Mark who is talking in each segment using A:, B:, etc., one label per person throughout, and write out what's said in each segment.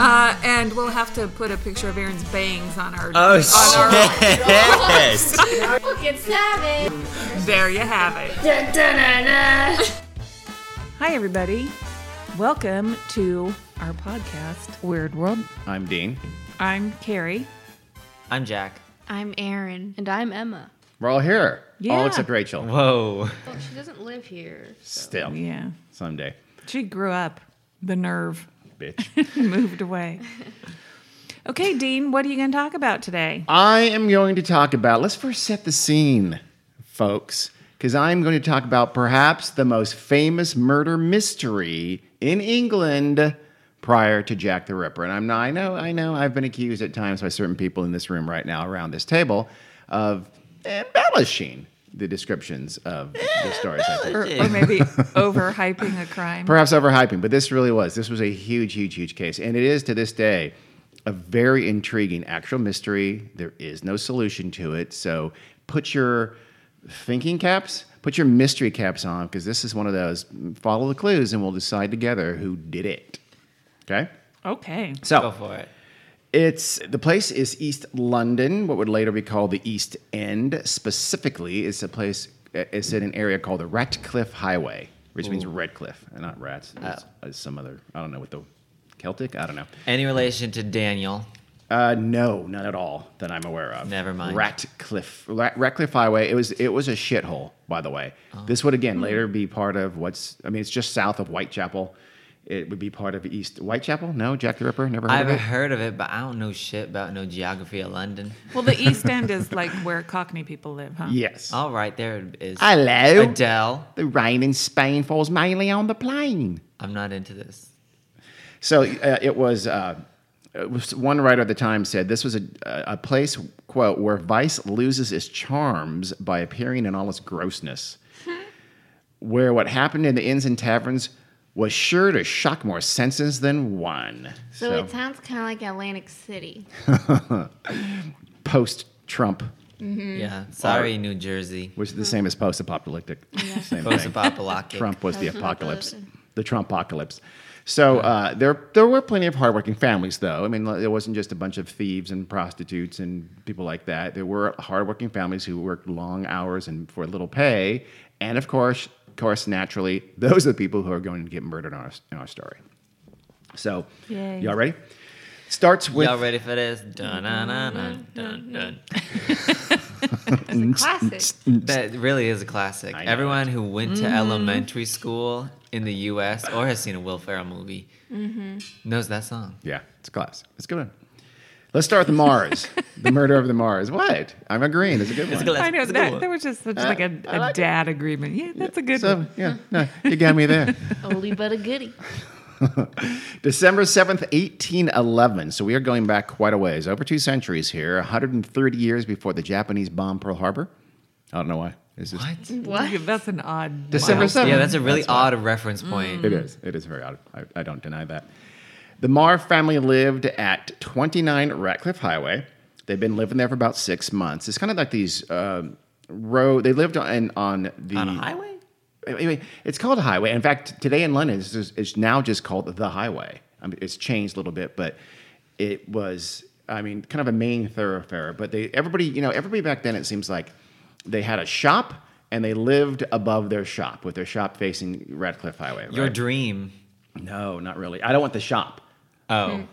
A: Uh, and we'll have to put a picture of Aaron's bangs on our.
B: Uh,
C: Oh
A: on our
C: shit!
D: It's savage.
A: there you have it.
D: Dun, dun, dun, dun.
A: Hi, everybody. Welcome to our podcast, Weird World.
B: I'm Dean.
A: I'm Carrie.
C: I'm Jack.
D: I'm Aaron. And I'm Emma.
B: We're all here. All
A: Yeah.
B: except Rachel.
C: Whoa.
D: Well, she doesn't live here.
B: Still.
A: Yeah.
B: Someday.
A: She grew up. The nerve
B: Bitch.
A: moved away. Okay, Dean, what are you going to talk about today?
B: I am going to talk about, let's first set the scene, folks, because I'm going to talk about perhaps the most famous murder mystery in England prior to Jack the Ripper. And I'm not, I know, I know, I've been accused at times by certain people in this room right now around this table of embellishing the descriptions of the stories. I think.
A: Or, or maybe overhyping a crime?
B: perhaps overhyping, but this really was. This was a huge, huge, huge case, and it is to this day a very intriguing actual mystery. There is no solution to it, so put your thinking caps, put your mystery caps on, because this is one of those. Follow the clues, and we'll decide together who did it. Okay,
A: Okay.
B: so
C: Go for it.
B: it's the place is East London, what would later be called the East End. Specifically, it's a place. uh, It's in an area called the Ratcliffe Highway, which means Redcliffe, and not rats.
C: Oh.
B: It's, it's some other. I don't know what the Celtic. I don't know.
C: Any relation to Daniel?
B: Uh, no, none at all that I'm aware of.
C: Never mind.
B: Ratcliffe, Ra- Ratcliffe Highway. It was it was a shithole, by the way.
C: Oh.
B: This would
C: Hmm.
B: again later be part of what's. I mean, it's just south of Whitechapel. It would be part of East Whitechapel. No, Jack the Ripper. Never heard
C: I've
B: of it.
C: heard of it, but I don't know shit about no geography of London.
A: Well, the East End is like where Cockney people live, huh?
B: Yes.
C: All right, there it is
B: Hello.
C: Adele.
B: The rain in Spain falls mainly on the plain.
C: I'm not into this.
B: So uh, it was. Uh, it was- one writer at the time said this was a, a place quote where vice loses its charms by appearing in all its grossness, where what happened in the inns and taverns was sure to shock more senses than one.
D: So, it sounds kind of like Atlantic City.
B: post Trump,
A: Mm.
C: Yeah. Sorry, New Jersey.
B: which is the same as post apocalyptic. Same
C: Post
B: thing.
C: apocalyptic.
B: Trump was the apocalypse, the Trump apocalypse. So uh, there, there were plenty of hardworking families, though. I mean, it wasn't just a bunch of thieves and prostitutes and people like that. There were hardworking families who worked long hours and for little pay. And of course, of course, naturally, those are the people who are going to get murdered in our, in our story. So,
A: Yay.
B: y'all ready? Starts with
C: Y'all ready for this? Dun dun dun dun dun. dun.
D: Classic.
C: That really is a classic.
B: know
C: Everyone who went
B: Mm-hmm.
C: to elementary school in the U.S. or has seen a Will Ferrell movie
A: Mm-hmm.
C: knows that song.
B: Yeah, it's a class. It's a good one. Let's start with Mars, the murder of the Mars. What? I'm agreeing. It's a good one.
A: I know that. There was just such like a,
B: I
A: a
B: like it.
A: dad agreement. Yeah, that's a good
B: So
A: one.
B: yeah, no, you got me there.
D: Oldie but a goodie.
B: December 7th, 1811. So we are going back quite a ways, over two centuries here, 130 years before the Japanese bomb Pearl Harbor. I don't know why. It's just,
C: What?
D: What?
A: That's an odd.
B: December 7th.
C: Yeah, that's a really odd reference point.
B: It is. It is very odd. I, I don't deny that. The Marr family lived at 29 Ratcliffe Highway. They've been living there for about six months. It's kind of like these um, road. They lived on on the
C: On a highway?
B: Anyway, it's called a highway. In fact, today in London, it's, just, it's now just called the highway. I mean, it's changed a little bit, but it was, I mean, kind of a main thoroughfare. But they, everybody, you know, everybody back then, it seems like they had a shop and they lived above their shop with their shop facing Radcliffe Highway. Right?
C: Your dream.
B: no, not really. I don't want the shop Hmm.
C: Oh,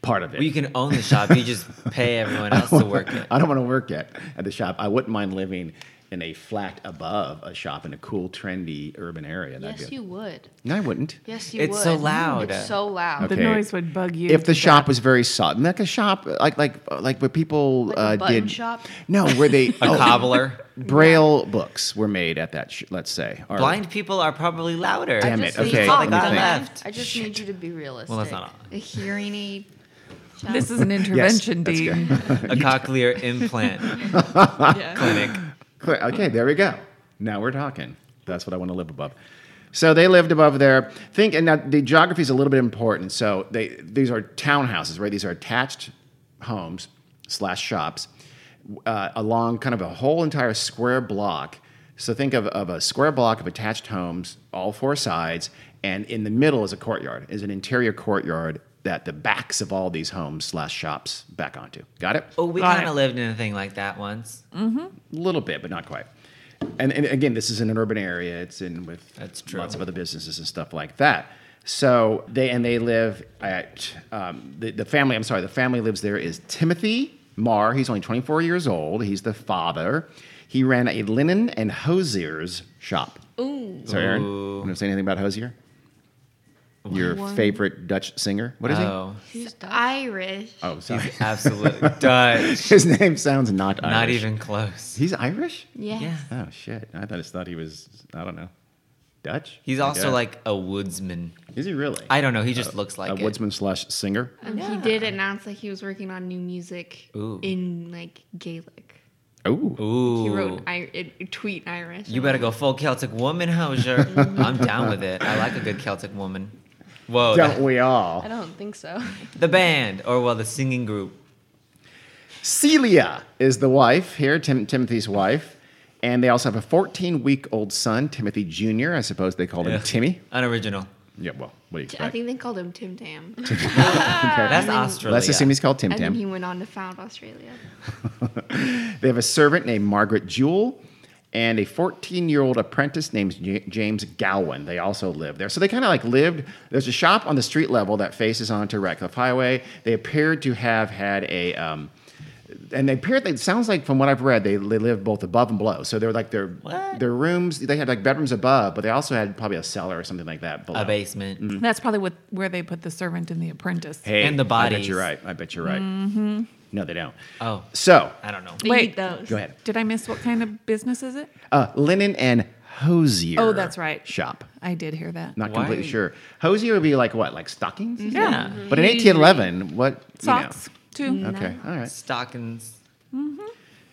B: part of it.
C: well, you can
B: Oh.
C: own the shop. You just pay everyone else to work it.
B: I don't want to work at, at the shop. I wouldn't mind living in a flat above a shop in a cool, trendy urban area. That'd
D: Yes,
B: be
D: you would.
B: No, I wouldn't.
D: Yes, you would.
C: It's so loud.
D: It's so loud.
B: Okay.
A: The noise would bug you.
B: If the shop was very sodden, like a shop, like like like where people
D: Like a
B: uh,
D: button
B: did
D: shop?
B: No, where they
C: A
B: oh,
C: cobbler.
B: braille books were made at that. Sh- let's say or-
C: Blind people are probably louder.
D: I
B: Damn
D: just
B: it,
D: need
B: okay,
D: you to
B: let me
D: be-
B: think.
C: Left.
D: I just need you to be realistic.
C: Well, that's not all.
D: a hearing aid.
A: this is an intervention,
B: that's
A: Dean.
C: a cochlear implant
A: Yeah.
C: clinic.
B: Clear- Okay, there we go. Now we're talking. That's what I want to live above. So they lived above there. Think and now the geography is a little bit important. So they these are townhouses, right? These are attached homes slash shops uh, along kind of a whole entire square block. So think of, of a square block of attached homes, all four sides, and in the middle is a courtyard, is an interior courtyard that the backs of all these homes slash shops back onto. Got it?
C: Oh, we
A: Got
C: kind
A: it.
C: of lived in a thing like that once.
B: little bit, but not quite. And, and again, this is in an urban area. It's in with
C: That's true.
B: lots of other businesses and stuff like that. So they and they live at um, the, the family. I'm sorry, the family lives there is Timothy Marr. He's only 24 years old. He's the father. He ran a linen and hosier's shop.
D: Ooh.
B: So Aaron,
C: Ooh.
B: you want to say anything about hosier? Your favorite Dutch singer? What is
C: oh,
D: He's Irish.
B: he? Oh, sorry.
C: absolutely Dutch.
B: His name sounds not Irish.
C: Not even close.
B: He's Irish.
D: Yes.
C: Yeah.
B: Oh shit! I thought just thought he was I don't know Dutch.
C: He's
B: I
C: also
B: guess.
C: like a woodsman.
B: is he really?
C: I don't know. He just looks like
B: a
C: it.
B: woodsman slash singer.
D: Um, He did announce that he was working on new music
C: Ooh.
D: in like Gaelic.
B: Oh,
C: Ooh.
D: He wrote I- a a tweet in Irish.
C: You better go full Celtic woman, Hosier. I'm down with it. I like a good Celtic woman. Whoa.
B: don't
C: The,
B: we all?
D: I don't think so.
C: the band, or well, the singing group.
B: Celia is the wife here, Tim- Timothy's wife, and they also have a 14 week old son, Timothy Jr. I suppose they called
C: Yeah.
B: him Timmy.
C: Unoriginal.
B: Yeah. Well, what do you expect?
D: I think they called him Tim Tam.
C: That's Australia.
B: Let's assume he's called Tim
D: and then
B: Tam.
D: he went on to found Australia.
B: They have a servant named Margaret Jewell and a 14 year old apprentice named J- James Gowan. They also live there. So they kind of like lived. There's a shop on the street level that faces onto Ratcliffe Highway. They appeared to have had a. Um, and they appeared. It sounds like, from what I've read, they, they lived both above and below. So they were like their
C: What?
B: their rooms. They had like bedrooms above, but they also had probably a cellar or something like that. Below.
C: a basement.
B: Mm.
A: That's probably what where they put the servant and the apprentice.
B: Hey,
C: And the
B: I bet
C: bodies. Mm-hmm.
B: you're right. I bet you're right. No, they don't.
C: Oh,
B: So
C: I don't know.
D: They
A: Wait.
D: eat those.
B: go ahead.
A: Did I miss what kind of business is it?
B: Uh, linen and hosier.
A: Oh, that's right.
B: Shop.
A: I did hear that.
B: Not
C: Why
B: completely
C: are you-
B: sure. Hosier would be like what, like stockings?
C: Yeah.
B: But in 1811, what?
A: Socks too.
B: You know. Mm-hmm. Okay, all right.
C: Stockings.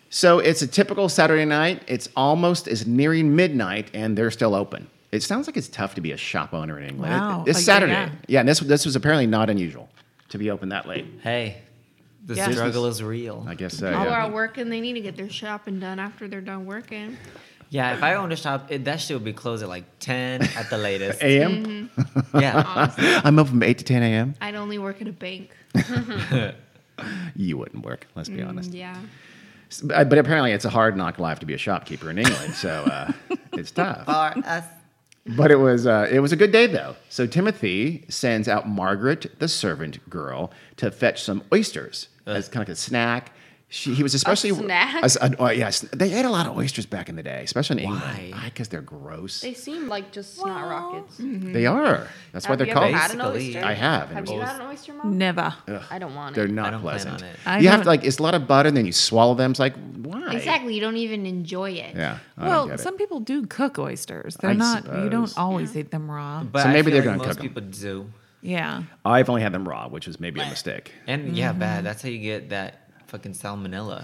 B: So it's a typical Saturday night. It's almost is nearing midnight, and they're still open. It sounds like it's tough to be a shop owner in England.
A: Wow.
B: This
A: Oh, yeah,
B: Saturday,
A: yeah.
B: yeah. and this this was apparently not unusual to be open that late.
C: Hey, the
A: Yeah.
C: struggle is real.
B: I guess uh, so.
D: All
B: yeah.
D: are working. They need to get their shopping done after they're done working.
C: yeah, if I owned a shop, it, that shit would be closed at like 10 at the latest.
B: A.M.
C: yeah.
D: Honestly,
A: Mm-hmm.
B: I'm open from eight to ten a.m.
D: I'd only work at a bank.
B: You wouldn't work. Let's be
A: Mm,
B: honest.
D: Yeah.
B: S- But but apparently, it's a hard knock life to be a shopkeeper in England. So uh, it's tough.
C: Or us.
B: But it was uh, it was a good day though. So Timothy sends out Margaret, the servant girl, to fetch some oysters as kind of like a snack. She, he was especially
D: snack?
B: as- uh, well, yes, they ate a lot of oysters back in the day, especially in England.
C: Why?
B: Because they're gross.
E: They seem like just snot rockets.
B: They are. That's why
E: Have
B: they're
E: you ever
B: called.
E: had an
C: Basically,
E: oyster?
B: I have. and
E: Have
B: it
E: you
B: was-
E: had an oyster, mom?
A: Never.
E: I don't want
B: they're
E: it.
B: not
C: I don't plan on
B: pleasant.
C: it.
A: I
B: You have to
A: don't-
B: like it's a lot of butter, and then you swallow them. It's like why?
D: Exactly. You don't even enjoy it.
B: Yeah. I don't
A: Well,
B: get it.
A: some people do cook oysters. They're
B: I
A: not. You
B: suppose.
A: don't always eat them raw.
C: But
B: So
C: I
B: maybe
C: feel
B: they're gonna
C: like most
B: cook 'em.
C: people do.
A: Yeah.
B: I've only had them raw, which was maybe a mistake.
C: And yeah,
A: Mm-hmm.
C: bad. That's how you get that fucking salmonella.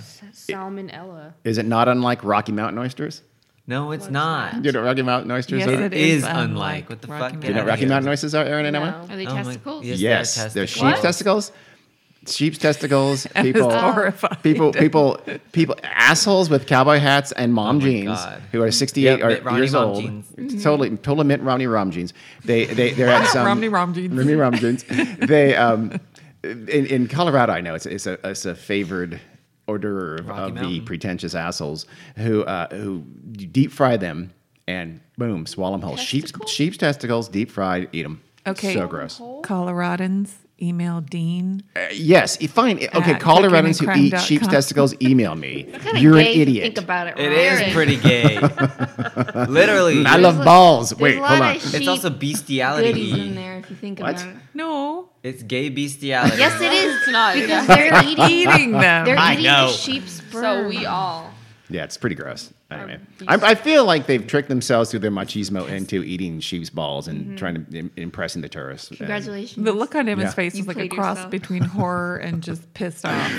E: Salmonella.
B: Is it not unlike Rocky Mountain oysters?
C: No, it's not.
B: You know what Rocky Mountain oysters
A: Yes,
B: are?
A: it
C: It is
A: is unlike
C: unlike. What the
A: Rocky
C: fuck?
A: Mountain.
B: You know what
C: outta
B: Rocky
C: here.
B: Mountain oysters are, Aaron and Emma?
E: No.
D: Are they
C: Oh my-
D: testicles?
C: yes. They're
B: Yes, they're
C: testicles.
B: sheep's
C: What?
B: testicles. Sheep's testicles. People,
A: horrified.
B: Oh, people, people, people, assholes with cowboy hats and mom
C: Oh my
B: jeans
C: God.
B: who are sixty-eight
C: Yeah,
B: or
C: Mitt Romney
B: years
C: mom
B: old.
C: jeans.
B: Totally, totally mint Romney rom jeans. They, they, they're at some
A: Romney rom jeans.
B: Romney rom jeans. They, um, in, in Colorado, I know it's it's a it's a favored hors d'oeuvre
C: Rocky
B: of the
C: Mountain.
B: pretentious assholes who uh, who deep fry them and boom, swallow them whole. Sheep's
D: Testicle?
B: sheep's testicles, deep fried, eat them.
A: Okay.
B: So gross.
A: Coloradans email Dean.
B: Uh, yes, e- fine. E- Okay,
A: At
B: Coloradans who eat sheep's
A: cookinandcrime.com.
B: testicles, email me.
D: Kinda
B: You're an
D: gay if you Think
B: idiot.
D: about it.
C: It
D: Ron.
C: is pretty gay. Literally,
B: I
D: There's
B: love
D: a-
B: balls.
D: there's
B: Wait,
D: a
B: hold on.
D: lot of
C: it's also
D: sheep goodies in
C: bestiality.
D: there if you think
B: What?
D: about it.
A: No.
C: It's gay bestiality.
D: Yes, it is.
E: It's not.
D: Because they're eating.
A: Eating them.
D: They're
C: I
D: eating
C: know.
D: the sheep's
E: so
D: sperm.
E: we all.
B: Yeah, it's pretty gross. Anyway,
D: um,
E: these-
B: I, I feel like they've tricked themselves through their machismo into eating sheep's balls and trying to im- impressing the tourists. And
D: Mm-hmm. Congratulations.
A: the look on him
B: Yeah.
A: his face
D: You
A: was like a
D: played
A: cross
D: yourself.
A: between horror and just pissed off.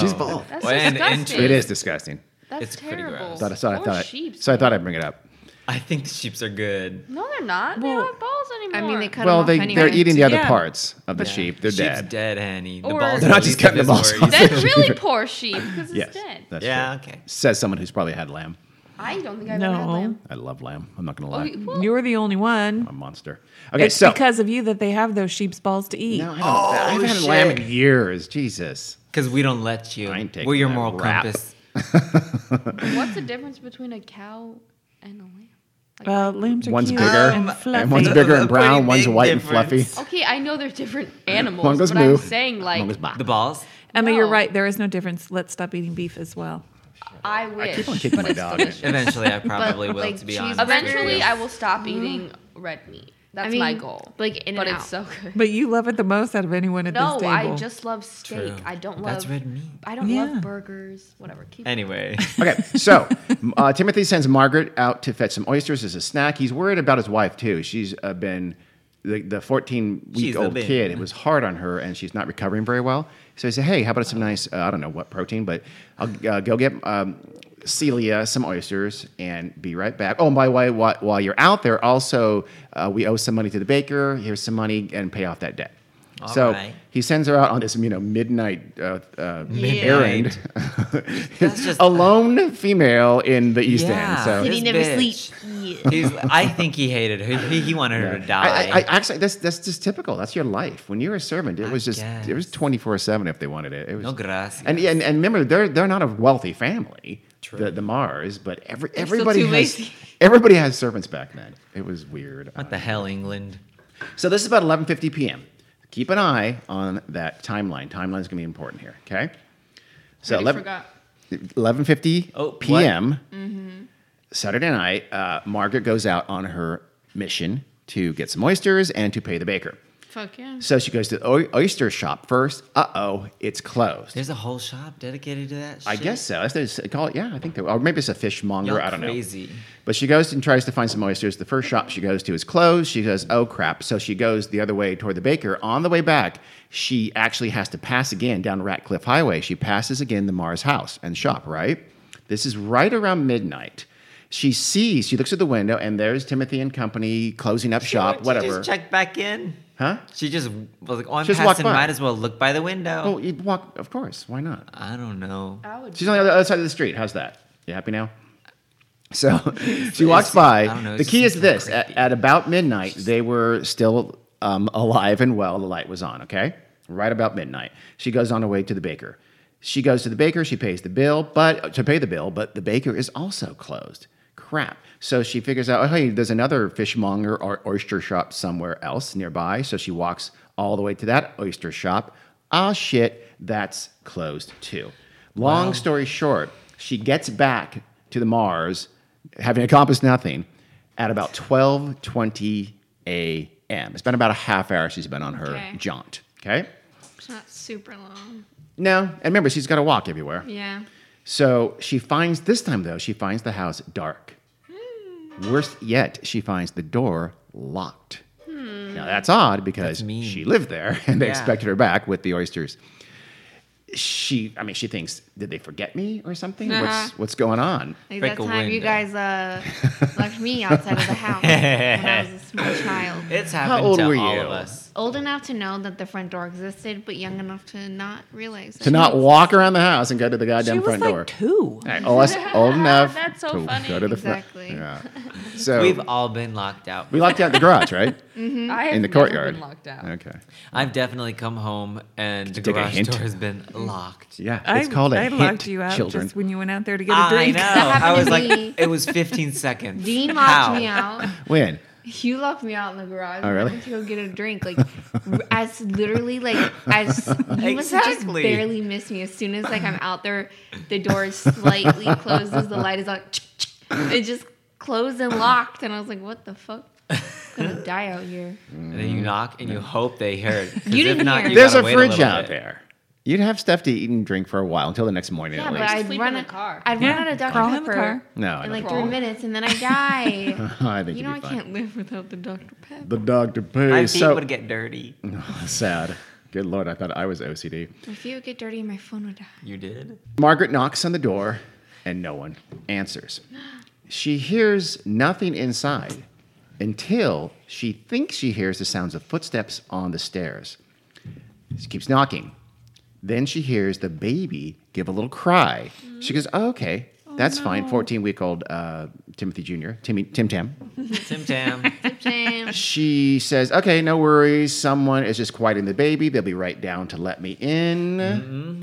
B: She's bald.
E: That's
C: Well, and- and
E: disgusting.
B: It is disgusting.
E: That's
C: It's pretty
E: terrible.
C: gross.
B: Thought I- so I
E: Poor
B: thought I-
E: sheeps.
B: so I thought I'd bring it up.
C: I think the sheeps are good.
E: No, they're not. they
A: Well,
E: don't have balls
D: I
E: anymore.
D: mean, they cut
B: well,
D: them
B: they
D: off anyway.
B: they're eating the other
A: Yeah.
B: parts of the sheep. They're
C: sheep's
B: dead.
C: Annie. The
E: Or-
C: balls.
E: They're
C: are
B: not
C: at
B: just
C: least
B: cutting the balls
C: invisible.
B: off.
E: That's really poor sheep because
B: Yes,
E: it's dead.
B: that's
C: Yeah.
B: true.
C: Okay.
B: Says someone who's probably had lamb.
E: I don't think I've ever had
A: No.
E: lamb.
B: I love lamb. I'm not gonna
E: Oh,
B: lie.
E: you- well,
A: You're the only one.
B: I'm a monster. Okay,
A: it's
B: so
A: because of you that they have those sheep's balls to eat.
B: No, I don't-
C: Oh,
B: I haven't had lamb in years. Jesus.
C: Because we don't let you.
B: I ain't taking
C: We're your
B: that
C: moral
B: rap.
C: compass.
E: what's the difference between a cow and a lamb? Like,
A: Well, Uh, lambs are
B: One's
A: cute
B: bigger
A: and fluffy.
B: and one's bigger
C: A
B: and
C: Um, pretty
B: brown. One's
C: big
B: white and
C: difference.
B: fluffy.
E: okay, I know they're different animals,
B: One goes
E: but
B: moo.
E: I'm saying
B: One
E: like
B: goes bah.
C: The balls.
A: Emma, you're
E: No.
A: right. There is no difference. Let's stop eating beef as well.
E: I wish.
B: keep on kicking
E: but
B: my
E: it's
B: dog.
E: delicious.
C: Eventually, I probably will.
D: like,
C: to be
D: cheese-
C: honest. with
E: Eventually,
C: you.
E: I will stop eating red meat. That's
D: mean,
E: my goal.
D: like, In-N-Out.
E: but it's so good.
A: But you love it the most out of anyone at
E: No,
A: this table.
E: I just love steak.
C: True.
E: I don't love.
C: That's red meat.
E: I don't
A: Yeah.
E: love burgers. Whatever. Keep
C: Anyway,
B: Okay, so uh, Timothy sends Margaret out to fetch some oysters as a snack. He's worried about his wife too. She's uh, been the, the 14
C: She's
B: week
C: a
B: old
C: bit.
B: kid. It was hard on her, and she's not recovering very well. So he said, "Hey, how about some nice? Uh, I don't know what protein, but I'll uh, go get um, Celia some oysters and be right back." Oh, and by the way, while, while you're out there, also uh, we owe some money to the baker. Here's some money and pay off that debt.
C: All
B: so
C: right.
B: he sends her out on this, you know, midnight uh, uh,
D: Yeah.
B: errand
C: that's just
B: alone female in the East End.
C: Yeah.
B: So
C: This
D: Did he never
C: bitch.
D: sleep? Yeah.
C: He's, I think he hated her. He, he wanted her to
B: I,
C: die.
B: I, I actually that's that's just typical. That's your life. When you're a servant, it was just it was
C: guess.
B: twenty four seven if they wanted it. It was
C: No gracias.
B: And, and and remember, they're they're not a wealthy family.
C: True.
B: The, the Mars, but every everybody
A: too
B: has
A: lazy.
B: everybody has servants back then. It was weird.
C: what the hell, England?
B: So this is about 11:50 p.m. Keep an eye on that timeline. Timeline's going to be important here. Okay. So
E: Already
B: 11,
E: forgot.
B: 11:50
C: Oh, what? Mm-hmm.
B: p.m. Saturday night, uh, Margaret goes out on her mission to get some oysters and to pay the baker.
D: Fuck yeah.
B: So she goes to the oy- oyster shop first. Uh oh, it's closed.
C: There's a whole shop dedicated to that. Shit.
B: I guess so. If there's call it, yeah, I think there. Or maybe it's a fishmonger.
C: Y'all
B: I don't
C: crazy.
B: know. But she goes and tries to find some oysters. The first shop she goes to is closed. She goes, oh crap. So she goes the other way toward the baker. On the way back, she actually has to pass again down Ratcliffe Highway. She passes again the Mars house and shop, right? This is right around midnight. She sees, she looks at the window, and there's Timothy and company closing up shop,
C: She
B: whatever.
C: Just check back in.
B: Huh?
C: She just was like, "Oh, I'm
B: Just walk
C: passing.
B: by.
C: Might as well look by the window."
B: Oh, you walk, of course. Why not?
C: I don't know.
D: Oh.
E: I would.
B: She's on the other- other side of the street. How's that? You happy now? So she walks by.
C: I don't know,
B: the
C: it's
B: key
C: just
B: is
C: kinda
B: this: at,
C: creepy.
B: at about midnight, they were still um, alive and well. The light was on. Okay, right about midnight, she goes on her way to the baker. She goes to the baker. She pays the bill, but uh, to pay the bill, but the baker is also closed. Crap. So she figures out, oh, hey, there's another fishmonger or oyster shop somewhere else nearby. So she walks all the way to that oyster shop. Ah, shit, that's closed too. Long story short, she gets back to the Mars, having accomplished nothing, at about 12:20 a.m. It's been about a half hour she's been on her
D: Okay.
B: jaunt. Okay.
D: It's not super long.
B: No, and remember she's got to walk everywhere.
D: Yeah.
B: So she finds this time though she finds the house dark. Worse yet, she finds the door locked. Now that's odd because
C: That's mean.
B: she lived there and they
C: Yeah.
B: expected her back with the oysters. She, I mean, she thinks, did they forget me or something?
D: Uh-huh.
B: What's what's going on?
D: Like
C: Break
D: that
C: a
D: time you
C: window.
D: guys uh, left me outside of the house when I was a small child.
C: It's happened
B: old
C: to
B: were
C: all
B: you?
C: of us.
D: Old enough to know that the front door existed, but young enough to not realize it.
B: To not walk around the house and go to the
A: she
B: goddamn
A: was
B: front
A: like
B: door.
A: two.
B: All right, all us old enough
E: That's so
B: to
E: funny.
B: go to the front.
D: Exactly.
B: Yeah. So
C: We've all been locked out.
B: Oh. we locked out the garage, right?
E: I have
B: In the
E: never been
B: courtyard.
E: locked out.
B: Okay.
C: I've definitely come home and the
B: take a
C: garage
B: hint?
C: door has been
D: Mm.
C: locked.
B: Yeah,
A: I,
B: it's called a
A: I
B: hint,
A: locked you out
B: children.
A: just when you went out there to get a
C: I
A: drink.
C: know.
D: happened
C: I
D: to
C: was
D: me.
C: like, it was 15 seconds.
D: Dean
C: How?
D: locked me out.
B: when?
E: You locked me out in the garage.
B: Oh,
E: and
B: really?
E: I went to go get a drink. Like, r- as literally, like, as you must have just
C: Exactly.
E: barely missed me. As soon as, like, I'm out there, the door is slightly closed as the light is on. It just closed and locked. And I was like, what the fuck? I'm gonna die out here.
C: And then you knock and you hope they heard. 'Cause
E: You
C: if
E: didn't
C: not,
E: hear.
C: you
B: Mm. There's
C: gotta
B: a
C: wait
B: fridge
C: little
B: out
C: bit.
B: there. You'd have stuff to eat and drink for a while until the next morning.
E: Yeah,
B: at
E: but
B: least.
E: I'd
D: Sleep
E: run,
D: in
E: a-
D: the car.
E: I'd run out of Dr.
A: Crawl in the
E: Pepper
A: car.
B: no, I
E: in
B: don't
E: like
B: think-
E: three minutes and then I die.
B: I think
E: you
B: you'd
E: know,
B: be
E: I
B: fine.
E: can't live without the Dr. Pepper.
B: The Dr. Pooh.
C: My
B: is
C: feet
B: so
C: would get dirty.
B: sad. Good lord, I thought I was OCD.
E: My feet would get dirty and my phone would die.
C: You did?
B: Margaret knocks on the door, and no one answers. She hears nothing inside until she thinks she hears the sounds of footsteps on the stairs. She keeps knocking. Then she hears the baby give a little cry. She goes, oh, okay, that's fine. 14 week old uh, Timothy Jr., Timmy, Tim Tam.
C: Tim Tam.
E: Shame.
B: She says, okay, no worries. Someone is just quieting the baby. They'll be right down to let me in.
C: Mm,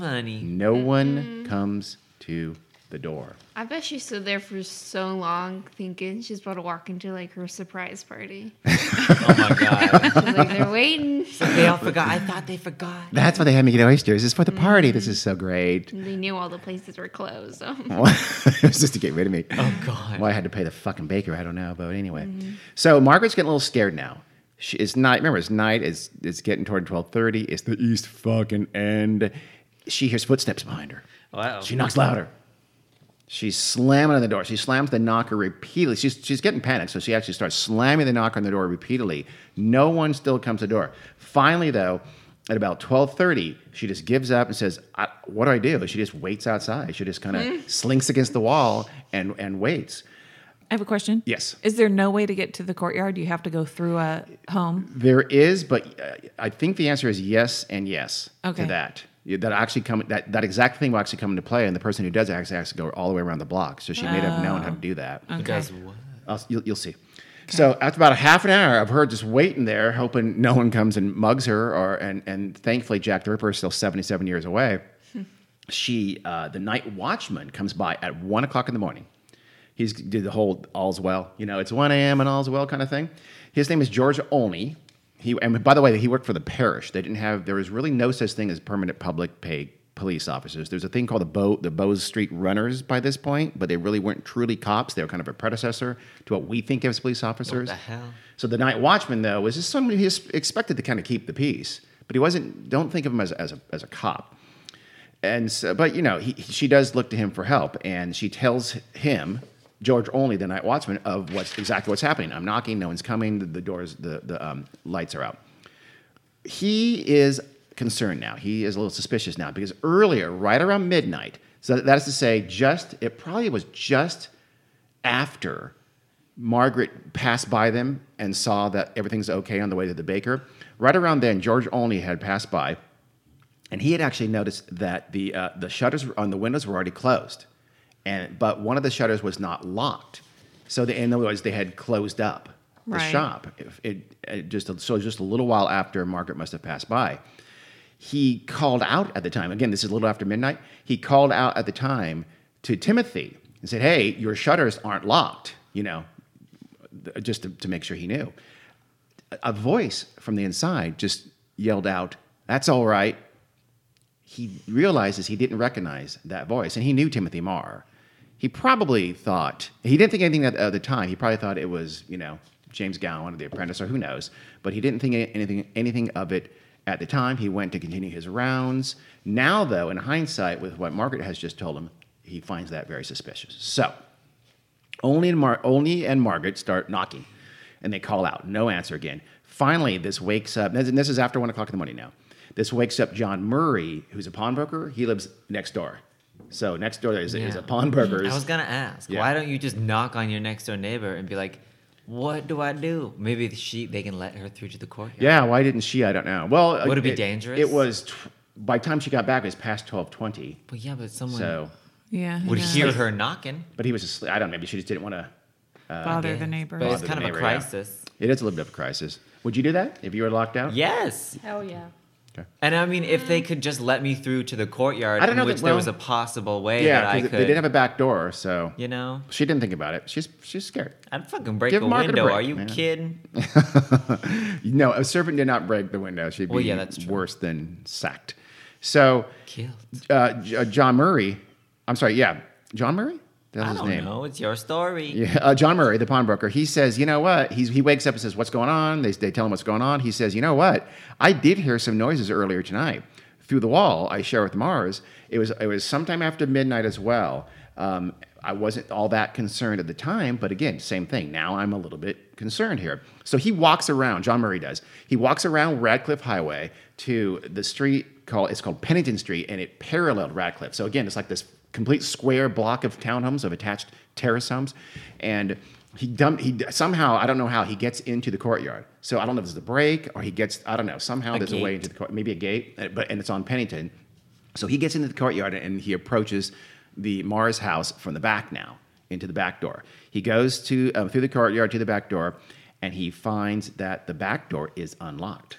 C: honey.
B: No one comes to the door.
E: I bet she stood there for so long thinking she's about to walk into like her surprise party.
C: Oh my God.
E: She's like, they're waiting.
C: they all forgot. I thought they forgot.
B: That's why they had me get oysters. It's for the party. This is so
C: Mm.
B: great.
E: And they knew all the places were closed. So.
B: it was just to get rid of me.
C: Oh God. Mm-hmm.
B: Why I had to pay the fucking baker, I don't know. But anyway, so Margaret's getting a little scared now. She, it's night. Remember, it's night. It's it's getting toward twelve thirty. It's the east fucking end. She hears footsteps behind her.
C: Wow.
B: She knocks louder. She's slamming on the door. She slams the knocker repeatedly. She's, she's getting panicked, so she actually starts slamming the knocker on the door repeatedly. No one still comes to the door. Finally, though, at about 12:30, she just gives up and says, I, "What do I do?" She just waits outside. She just kind of slinks against the wall and and waits.
A: I have a question.
B: Yes.
A: Is there no way to get to the courtyard? You have to go through a home.
B: There is, but uh, I think the answer is yes and yes
A: Okay.
B: to that. Yeah, That actually come that, that exact thing will actually come into play, and the person who does it actually has to go all the way around the block. So she may have known how to do that.
C: Because what?
B: I'll, you'll, you'll see. So after about a half an hour of her just waiting there, hoping no one comes and mugs her, or and and thankfully Jack the Ripper is still seventy seven years away. she, uh, the night watchman, comes by at one o'clock in the morning. He's did the whole all's well, you know, it's one a.m. and all's well kind of thing. His name is George Olney. He and by the way, he worked for the parish. They didn't have there was really no such thing as permanent public pay police officers. There's a thing called the Bow the Bow Street Runners by this point, but they really weren't truly cops. They were kind of a predecessor to what we think of as police officers.
C: the hell?
B: So the night watchman though was just someone who is expected to kind of keep the peace, but he wasn't. Don't think of him as as a, as a cop and so, but you know, he, he- she does look to him for help, and she tells him, George only the night watchman, of what's exactly what's happening. I'm knocking, no one's coming. The, the doors, the the um, lights are out. He is concerned now. He is a little suspicious now because earlier, right around midnight, so that is to say, just it probably was just after Margaret passed by them and saw that everything's okay on the way to the baker. Right around then, George only had passed by and he had actually noticed that the uh, the shutters on the windows were already closed, and but one of the shutters was not locked, so the, in other words, they had closed up the
A: Right.
B: shop. If It, it just so just a little while after Margaret must have passed by, he called out at the time. Again, this is a little after midnight. He called out at the time to Timothy and said, "Hey, your shutters aren't locked." You know, th- just to, to make sure he knew. A- A voice from the inside just yelled out, "That's all right." he realizes he didn't recognize that voice, and he knew Timothy Marr. He probably thought he didn't think anything at at the time. He probably thought it was you know James Gowan or The Apprentice or who knows, but he didn't think any- anything anything of it at the time. He went to continue his rounds. Now, though, in hindsight, with what Margaret has just told him, he finds that very suspicious. So, only and, Mar- only and Margaret start knocking, and they call out. No answer again. Finally, this wakes up. And this is after one o'clock in the morning now. This wakes up John Murray, who's a pawnbroker. He lives next door. So next door is, is
C: Yeah.
B: a pawnbroker's.
C: I was gonna ask.
B: Yeah.
C: Why don't you just knock on your next door neighbor and be like, "What do I do?" Maybe she they can let her through to the courtyard.
B: yeah, why didn't she? I don't know. Well,
C: Would it be dangerous?
B: It was. Tw- by the time she got back, it was past twelve twenty.
C: But yeah, but someone
B: So,
A: Yeah.
C: would
A: yeah.
C: hear her knocking.
B: but he was asleep. I don't. know. Maybe she just didn't want to.
A: bother
C: Yeah.
A: the neighbors.
C: But it's
B: Bother
C: kind
B: the
C: of a
B: neighbor, yeah.
C: crisis.
B: It is a little bit of a crisis. Would you do that if you were locked out?
C: Yes.
D: Hell yeah.
C: And I mean, if they could just let me through to the courtyard,
B: I don't
C: in
B: know that-
C: which there
B: well-
C: was a possible way that
B: Yeah,
C: I
B: because
C: could,
B: they did have a back door, so
C: you know,
B: she didn't think about it. She's she's scared.
C: I'd fucking break
B: Give
C: a
B: Margaret a
C: window.
B: break,
C: Are you
B: man.
C: kidding?
B: No, a servant did not break the window. She'd be
C: Well, yeah, that's true.
B: worse than sacked. So,
C: Killed.
B: uh, J- uh, John Murray. I'm sorry. Yeah, John Murray. That was
C: I
B: his
C: don't
B: name.
C: know. It's your story.
B: Yeah, uh, John Murray, the pawnbroker, he says, you know what? He's, he wakes up and says, what's going on? They, they tell him what's going on. He says, you know what? I did hear some noises earlier tonight through the wall. I share with Mars. It was it was sometime after midnight as well. Um, I wasn't all that concerned at the time, but again, same thing. Now I'm a little bit concerned here. So he walks around. John Murray does. He walks around Radcliffe Highway to the street called it's called Pennington Street, and it paralleled Radcliffe. So again, it's like this complete square block of townhomes of attached terrace homes, and he dumped. He somehow I don't know how he gets into the courtyard. So I don't know if it's the break or he gets. I don't know. Somehow there's a way
C: gate.
B: into the court, maybe a gate, uh, but and it's on Pennington. So he gets into the courtyard and he approaches the Mars house from the back now into the back door. He goes to uh, through the courtyard to the back door, and he finds that the back door is unlocked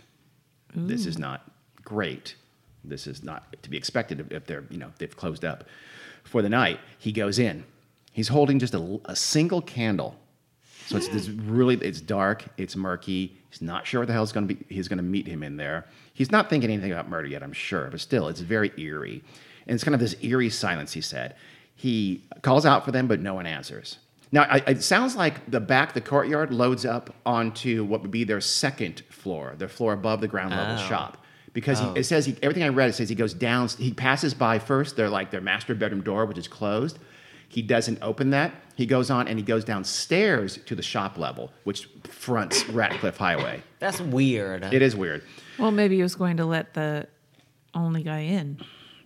B: this is not great. This is not to be expected if- if they're, you know, they've closed up for the night. He goes in. He's holding just a, a single candle. So it's this really, it's dark, it's murky. He's not sure what the hell's going to be. He's going to meet him in there. He's not thinking anything about murder yet, I'm sure, but still, it's very eerie. And it's kind of this eerie silence, he said. He calls out for them, but no one answers. Now, I, it sounds like the back, the courtyard loads up onto what would be their second floor, the floor above the ground level shop. Because
C: Oh.
B: he, it says, he, everything I read, it says he goes down, he passes by first, their, like their master bedroom door, which is closed. He doesn't open that. He goes on and he goes downstairs to the shop level, which fronts Ratcliffe Highway.
C: That's weird.
B: It is weird.
A: Well, maybe he was going to let the only guy in.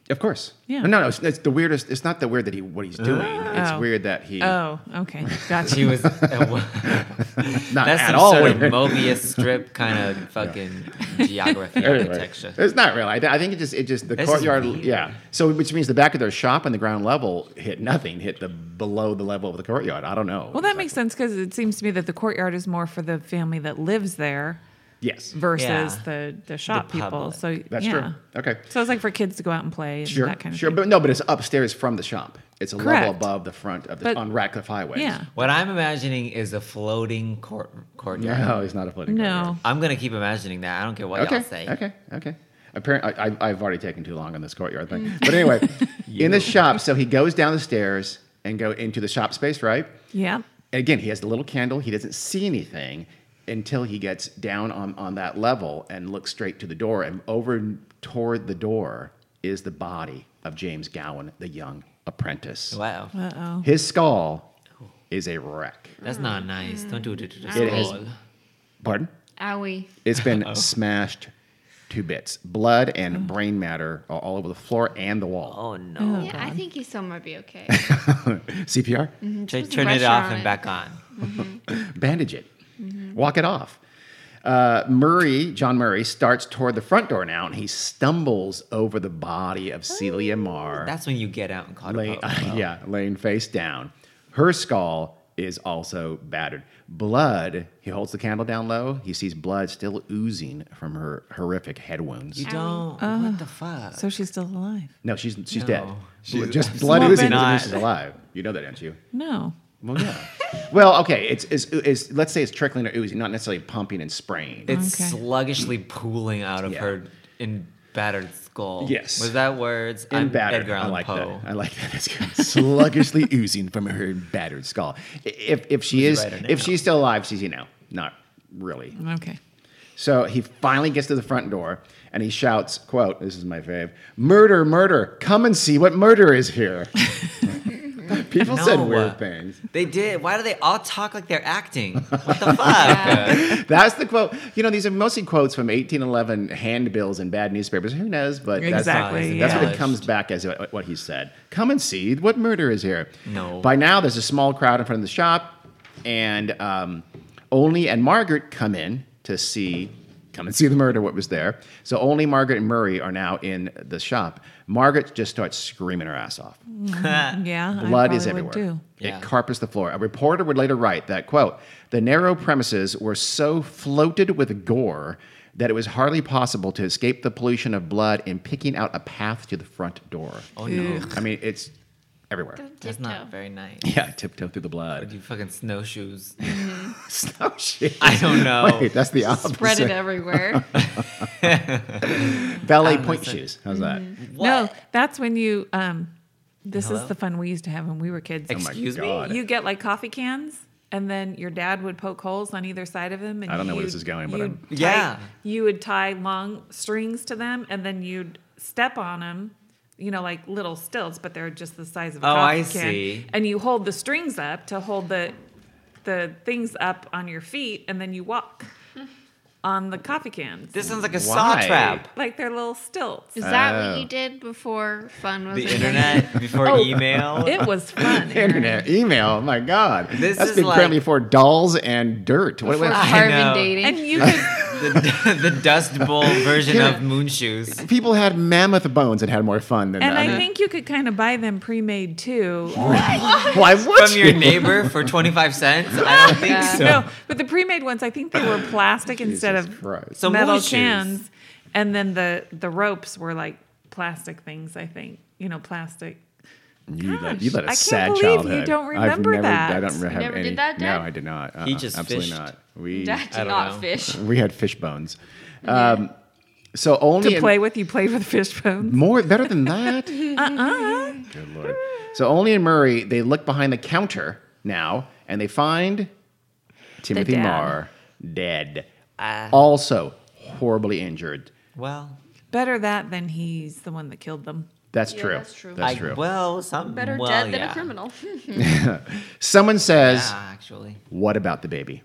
B: Of course.
A: Yeah.
B: No, no, it's, it's the weirdest. It's not the weird that he what he's doing. It's
A: Oh.
B: weird that he
A: Oh, okay, gotcha.
C: She was.
B: not
C: That's
B: at
C: some
B: all
C: sort
B: weird.
C: of Mobius strip kind of fucking geography architecture.
B: It's not real. I, I think it just it just the
C: This is
B: courtyard.
C: weird.
B: Yeah. So which means the back of their shop and the ground level hit nothing. Hit the below the level of the courtyard. I don't know.
A: Well, that makes sense because it seems to me that the courtyard is more for the family that lives there
B: yes.
A: versus
C: Yeah.
A: the, the shop people.
C: public.
A: So
B: That's
A: yeah.
B: true. Okay.
A: So it's like for kids to go out and play and
B: Sure.
A: that kind of
B: sure.
A: thing.
B: But no, but it's upstairs from the shop. It's a
A: Correct.
B: level above the front of the
A: But-
B: on Ratcliffe Highway.
A: yeah.
C: What I'm imagining is a floating court courtyard.
B: No, he's not a floating courtyard.
A: No.
C: I'm gonna keep imagining that. I don't care what
B: Okay.
C: y'all say.
B: Okay. Okay. Apparently, I, I, I've already taken too long on this courtyard thing. But anyway, in the shop, so he goes down the stairs and go into the shop space, right?
A: Yeah.
B: And again, he has the little candle. He doesn't see anything until he gets down on, on that level and looks straight to the door. And over toward the door is the body of James Gowan, the young apprentice.
C: Wow,
A: Uh oh.
B: His skull is a wreck.
C: that's not nice. Don't do it to the
B: It is.
C: skull.
B: Pardon?
E: Owie.
B: It's been smashed to bits. Blood and brain matter are all over the floor and the wall.
C: Oh no!
E: Yeah, I think his son might be okay.
B: CPR?
C: Turn,
E: Just
C: turn it off
E: restaurant.
C: and back on.
B: bandage it, walk it off. Uh, Murray, John Murray, starts toward the front door now, and he stumbles over the body of Celia Marr,
C: That's when you get out and call
B: laying,
C: it. Wow.
B: yeah, laying face down. Her skull is also battered. Blood. He holds the candle down low. He sees blood still oozing from her horrific head wounds.
C: You don't. What the fuck?
A: Oh. So she's still alive.
B: No, she's she's dead.
C: No.
B: She's just blood
A: Well,
B: oozing.
A: but-
B: doesn't mean She's alive. You know that, don't you?
A: No.
B: Well, yeah. well, okay. It's, it's, it's let's say it's trickling or oozing, not necessarily pumping and spraying.
C: It's
A: Okay.
C: sluggishly pooling out of
B: Yeah.
C: her in battered skull.
B: Yes.
C: Was that words?
B: and
C: I'm
B: battered.
C: Edgar
B: I
C: Allan
B: like
C: Poe.
B: that. I like that. That's good. Sluggishly oozing from her battered skull. I- If if she is
C: right or
B: if
C: now?
B: she's still alive, she's you know not really.
A: Okay.
B: So he finally gets to the front door and he shouts, "Quote: This is my fave. Murder, murder! Come and see what murder is here." People said
C: No.
B: weird things.
C: They did. Why do they all talk like they're acting? What the fuck?
B: That's the quote. You know, these are mostly quotes from 1811 handbills and bad newspapers. Who knows? But that's,
A: Exactly,
B: that's what it
C: yeah.
B: comes back as what what he said. Come and see what murder is here.
C: No.
B: By now, there's a small crowd in front of the shop, and um, only and Margaret come in to see. Come and see the murder. What was there? So only Margaret and Murray are now in the shop. Margaret just starts screaming her ass off.
A: Yeah. I
B: Blood is
A: probably would
B: everywhere.
C: Yeah.
B: It carpets the floor. A reporter would later write that quote: "The narrow premises were so floated with gore that it was hardly possible to escape the pollution of blood in picking out a path to the front door.
C: Oh no,
B: I mean, it's everywhere.
C: that's not very nice.
B: Yeah, tiptoe through the blood.
C: You fucking snowshoes.
B: Snow shit.
C: I don't know.
B: Wait, that's the opposite.
E: Spread it everywhere.
B: Ballet point shoes. How's that?
A: No, that's when you. Um, this
C: Hello?
A: is the fun we used to have when we were kids.
C: Excuse me.
B: Oh, God.
A: You get like coffee cans, and then your dad would poke holes on either side of them. And
B: I don't know where this
A: you'd-
B: is going, but
A: you'd
B: I'm-
A: tie-
C: Yeah.
A: you would tie long strings to them, and then you'd step on them. You know, like little stilts, but they're just the size of a
C: Oh,
A: coffee
C: I
A: can.
C: see.
A: And you hold the strings up to hold the the things up on your feet, and then you walk on the coffee cans.
C: This sounds like a saw
B: Why?
C: trap.
A: like they're little stilts.
E: Is that
B: Oh.
E: what you did before fun was
C: The
E: a thing?
C: internet before
E: Oh.
C: email.
A: It was fun. Aaron.
B: Internet, email. Oh my God.
C: This
B: That's
C: is
B: been apparently
C: like-
B: for dolls and dirt. What, what-
E: Before
C: I know.
E: carbon dating.
A: And you could
C: the, the Dust Bowl version
B: Yeah.
C: of Moon Shoes.
B: people had mammoth bones and had more fun than
A: And
B: that.
A: I think you could kind of buy them pre-made too.
B: Why would
C: From
B: you?
C: your neighbor for 25 cents? I don't think
E: Yeah.
C: so.
A: No, but the pre-made ones, I think they were plastic instead
B: Jesus
A: of
B: Christ.
C: So
A: metal
C: moon shoes.
A: cans. And then the the ropes were like plastic things. I think you know plastic.
B: You led, you led a
A: I can't
B: sad
A: believe you
B: childhood.
A: don't
B: I've
A: remember
B: never,
A: that.
B: I don't re-
E: You
B: have
E: never
B: any.
E: did that, Dad?
B: No, I did not. Uh,
C: He just
B: absolutely
C: fished.
B: not. We
E: Dad
C: I
E: did
C: don't
E: not
C: know.
E: fish.
B: we had fish bones. Um, so only
A: To
B: in-
A: play with, you play with fish bones.
B: more better than that. uh-uh.
A: Uh-huh.
B: Good lord. So only in Murray they look behind the counter now and they find Timothy
A: dad. Uh.
B: Marr dead,
C: Ah.
B: also horribly injured.
C: Well,
A: Better that than he's the one that killed them.
B: That's
E: Yeah,
B: true.
E: that's true.
B: That's
C: I-
B: true.
C: well, some
E: Better
C: well,
E: dead than
C: yeah.
E: a criminal.
B: Someone
C: Yeah,
B: says,
C: actually.
B: "What about the baby?"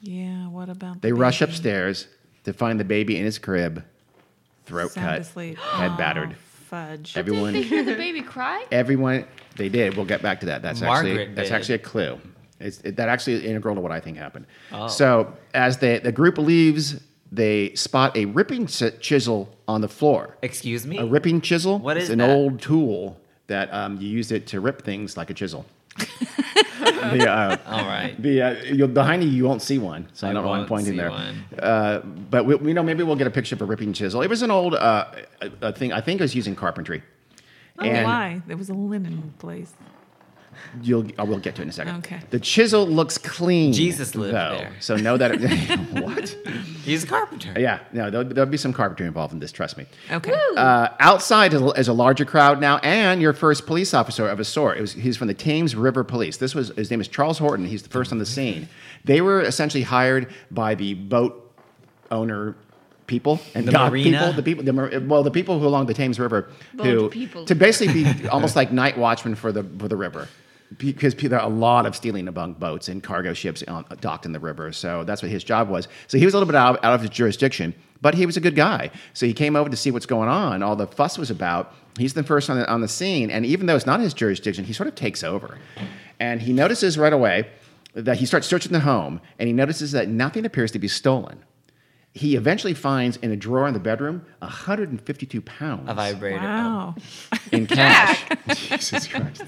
A: Yeah. What about
B: They
A: the
B: rush
A: baby?
B: upstairs to find the baby in his crib, throat
A: Sound
B: cut,
A: asleep.
B: head
A: Aw,
B: battered.
A: Fudge.
E: Did they
B: Everyone,
E: hear the baby cry?
B: everyone, they did. We'll get back to that. That's actually
C: Margaret
B: that's
C: did.
B: actually a clue. It's, it, that actually is integral to what I think happened.
C: Oh.
B: So as the the group leaves, they spot a ripping chi- chisel on the floor.
C: Excuse me?
B: A ripping chisel.
C: What
B: It's
C: is
B: an
C: that?
B: old tool that um, you used it to rip things like a chisel. the, uh,
C: All right.
B: the uh, you'll, behind you, you won't see one, so I,
C: I
B: don't know why I'm
C: won't
B: pointing
C: see
B: there.
C: one.
B: Uh, but we, you know, maybe we'll get a picture of a ripping chisel. It was an old uh, a, a thing. I think it was using carpentry.
A: Oh, why? There was a linen place.
B: You'll, I will get to it in a second.
A: Okay.
B: The chisel looks clean.
C: Jesus lived
B: though,
C: there.
B: so know that. It, what?
C: He's a carpenter.
B: Yeah, no, there'll, there'll be some carpentry involved in this. Trust me.
A: Okay.
B: Uh, outside is a, is a larger crowd now, and your first police officer of a sort. It was, he's from the Thames River Police. This was his name is Charles Horton. He's the first on the scene. They were essentially hired by the boat owner people and
C: The
B: dock
C: marina?
B: people, the people, the, mar- well, the people who along the Thames River
E: Boat
B: who
E: people.
B: to basically be almost like night watchmen for the for the river. Because pe- there are a lot of stealing among boats and cargo ships on, docked in the river, so that's what his job was. So he was a little bit out, out of his jurisdiction, but he was a good guy. So he came over to see what's going on, all the fuss was about. He's the first on the, on the scene, and even though it's not his jurisdiction, he sort of takes over, and he notices right away that he starts searching the home, and he notices that nothing appears to be stolen. He eventually finds in a drawer in the bedroom 152 pounds
C: A vibrator.
A: wow.
B: in cash. Jesus Christ.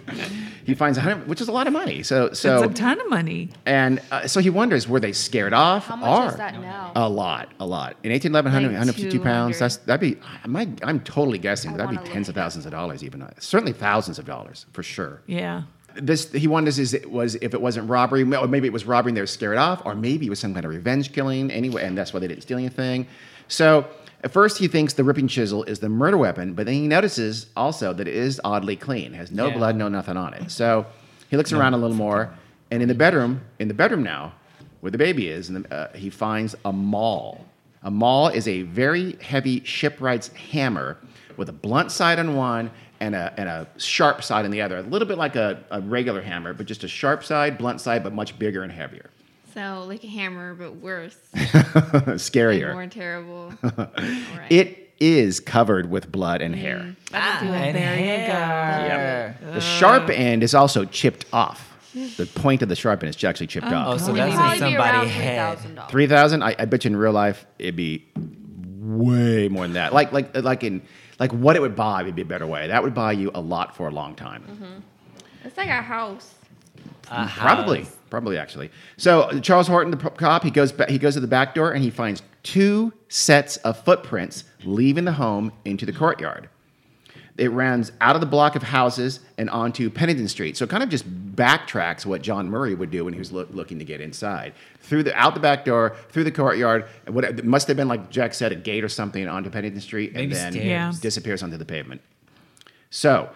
B: He finds 100, which is a lot of money. So, so,
A: It's a ton of money.
B: and uh, so he wonders, were they scared off?
E: How much
B: Or-
E: is that now?
B: A lot, a lot. In 1811, 100
E: Like
B: 152 pounds.
E: 200.
B: That's that'd be. I might, I'm totally guessing, but that'd
E: wanna
B: be
E: look
B: tens of thousands of dollars, even uh, certainly thousands of dollars for sure.
A: Yeah.
B: This he wonders is it was if it wasn't robbery, or maybe it was robbery and they were scared off, or maybe it was some kind of revenge killing anyway, and that's why they didn't steal anything. So at first he thinks the ripping chisel is the murder weapon, but then he notices also that it is oddly clean, has no
C: Yeah.
B: blood, no nothing on it. So he looks around a little more, and in the bedroom, in the bedroom now, where the baby is, and the, uh, he finds a maul. A maul is a very heavy shipwright's hammer with a blunt side on one and a, and a sharp side on the other. A little bit like a, a regular hammer, but just a sharp side, blunt side, but much bigger and heavier.
E: So like a hammer, but worse,
B: Scarier.
E: more terrible. All right.
B: It is covered with blood and hair.
C: Ah, and
A: there you
C: hair. Mm.
B: The sharp end is also chipped off. The point of the sharp end is actually chipped
C: Oh,
B: off.
C: so
E: It'd
C: that's in
E: probably be around
C: somebody's
E: three
C: head.
E: thousand dollars.
B: Three thousand? I, I bet you in real life it'd be way more than that. Like like like in like what it would buy would be a better way. That would buy you a lot for a long time.
E: It's like a house.
C: Uh-huh.
B: probably, probably actually. So uh, Charles Horton, the p- cop, he goes ba- he goes to the back door and he finds two sets of footprints leaving the home into the courtyard. It runs out of the block of houses and onto Pennington Street. So it kind of just backtracks what John Murray would do when he was loo- looking to get inside. Through the out the back door, through the courtyard, and what it must have been like Jack said, a gate or something onto Pennington Street,
C: Maybe
B: and then
C: stairs.
A: Yeah.
B: disappears onto the pavement. So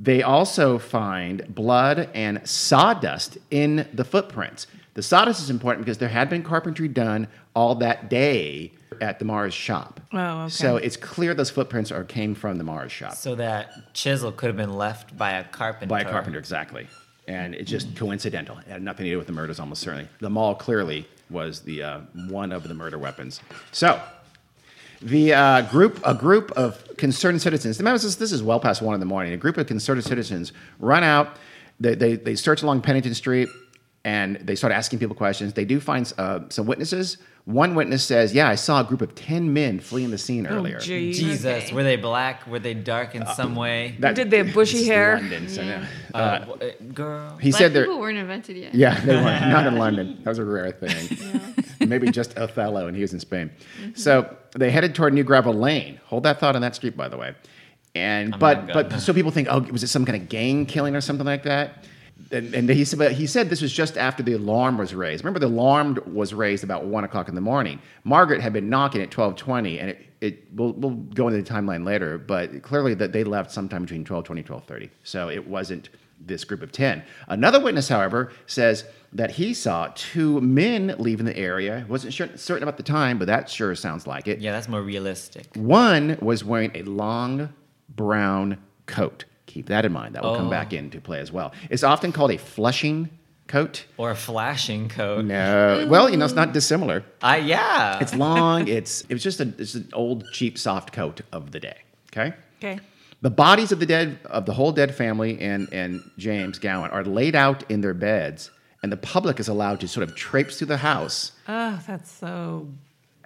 B: they also find blood and sawdust in the footprints. The sawdust is important because there had been carpentry done all that day at the Mars shop.
A: Oh, okay.
B: So it's clear those footprints are came from the Mars shop
C: So that chisel could have been left by a carpenter.
B: by a carpenter, exactly. And it's
A: Hmm.
B: just coincidental. It had nothing to do with the murders, almost certainly. The mall clearly was the uh, one of the murder weapons. So, the uh, group, a group of concerned citizens. The matter is, this is well past one in the morning. A group of concerned citizens run out. They they, they search along Pennington Street, and they start asking people questions. They do find uh, some witnesses. One witness says, "Yeah, I saw a group of ten men fleeing the scene
A: Oh,
B: earlier."
A: Jeez.
C: Jesus, were they black? Were they dark
B: Uh,
C: in some way?
B: That-
A: Did they have bushy
B: It's
A: hair?
B: London, so no.
C: Uh, w- uh, girl.
B: He
E: Black
B: said there.
E: people weren't invented yet.
B: Yeah, they were not in London. That was a rare thing. Maybe just Othello, and he was in Spain. So they headed toward New Gravel Lane. Hold that thought on that street, by the way. And but
C: not
B: but
C: gonna.
B: so people think, oh, was it some kind of gang killing or something like that? And, and he said, but he said this was just after the alarm was raised. Remember, the alarm was raised about one o'clock in the morning. Margaret had been knocking at twelve twenty, and it, it we'll, we'll go into the timeline later. But clearly, that they left sometime between twelve twenty and twelve thirty. So it wasn't this group of ten. Another witness, however, says that he saw two men leaving the area. wasn't sure, certain about the time, but that sure sounds like it.
C: Yeah, that's more realistic.
B: One was wearing a long brown coat. Keep that in mind. That will come
C: Oh.
B: back into play as well. It's often called a flushing coat.
C: Or a flashing coat.
B: No. Well, you know, it's not dissimilar.
C: Uh, yeah.
B: It's long. it's it was just a, it's an old cheap soft coat of the day. Okay.
A: Okay.
B: The bodies of the dead of the whole dead family and and James Gowan are laid out in their beds, and the public is allowed to sort of traipse through the house
A: Oh, that's so.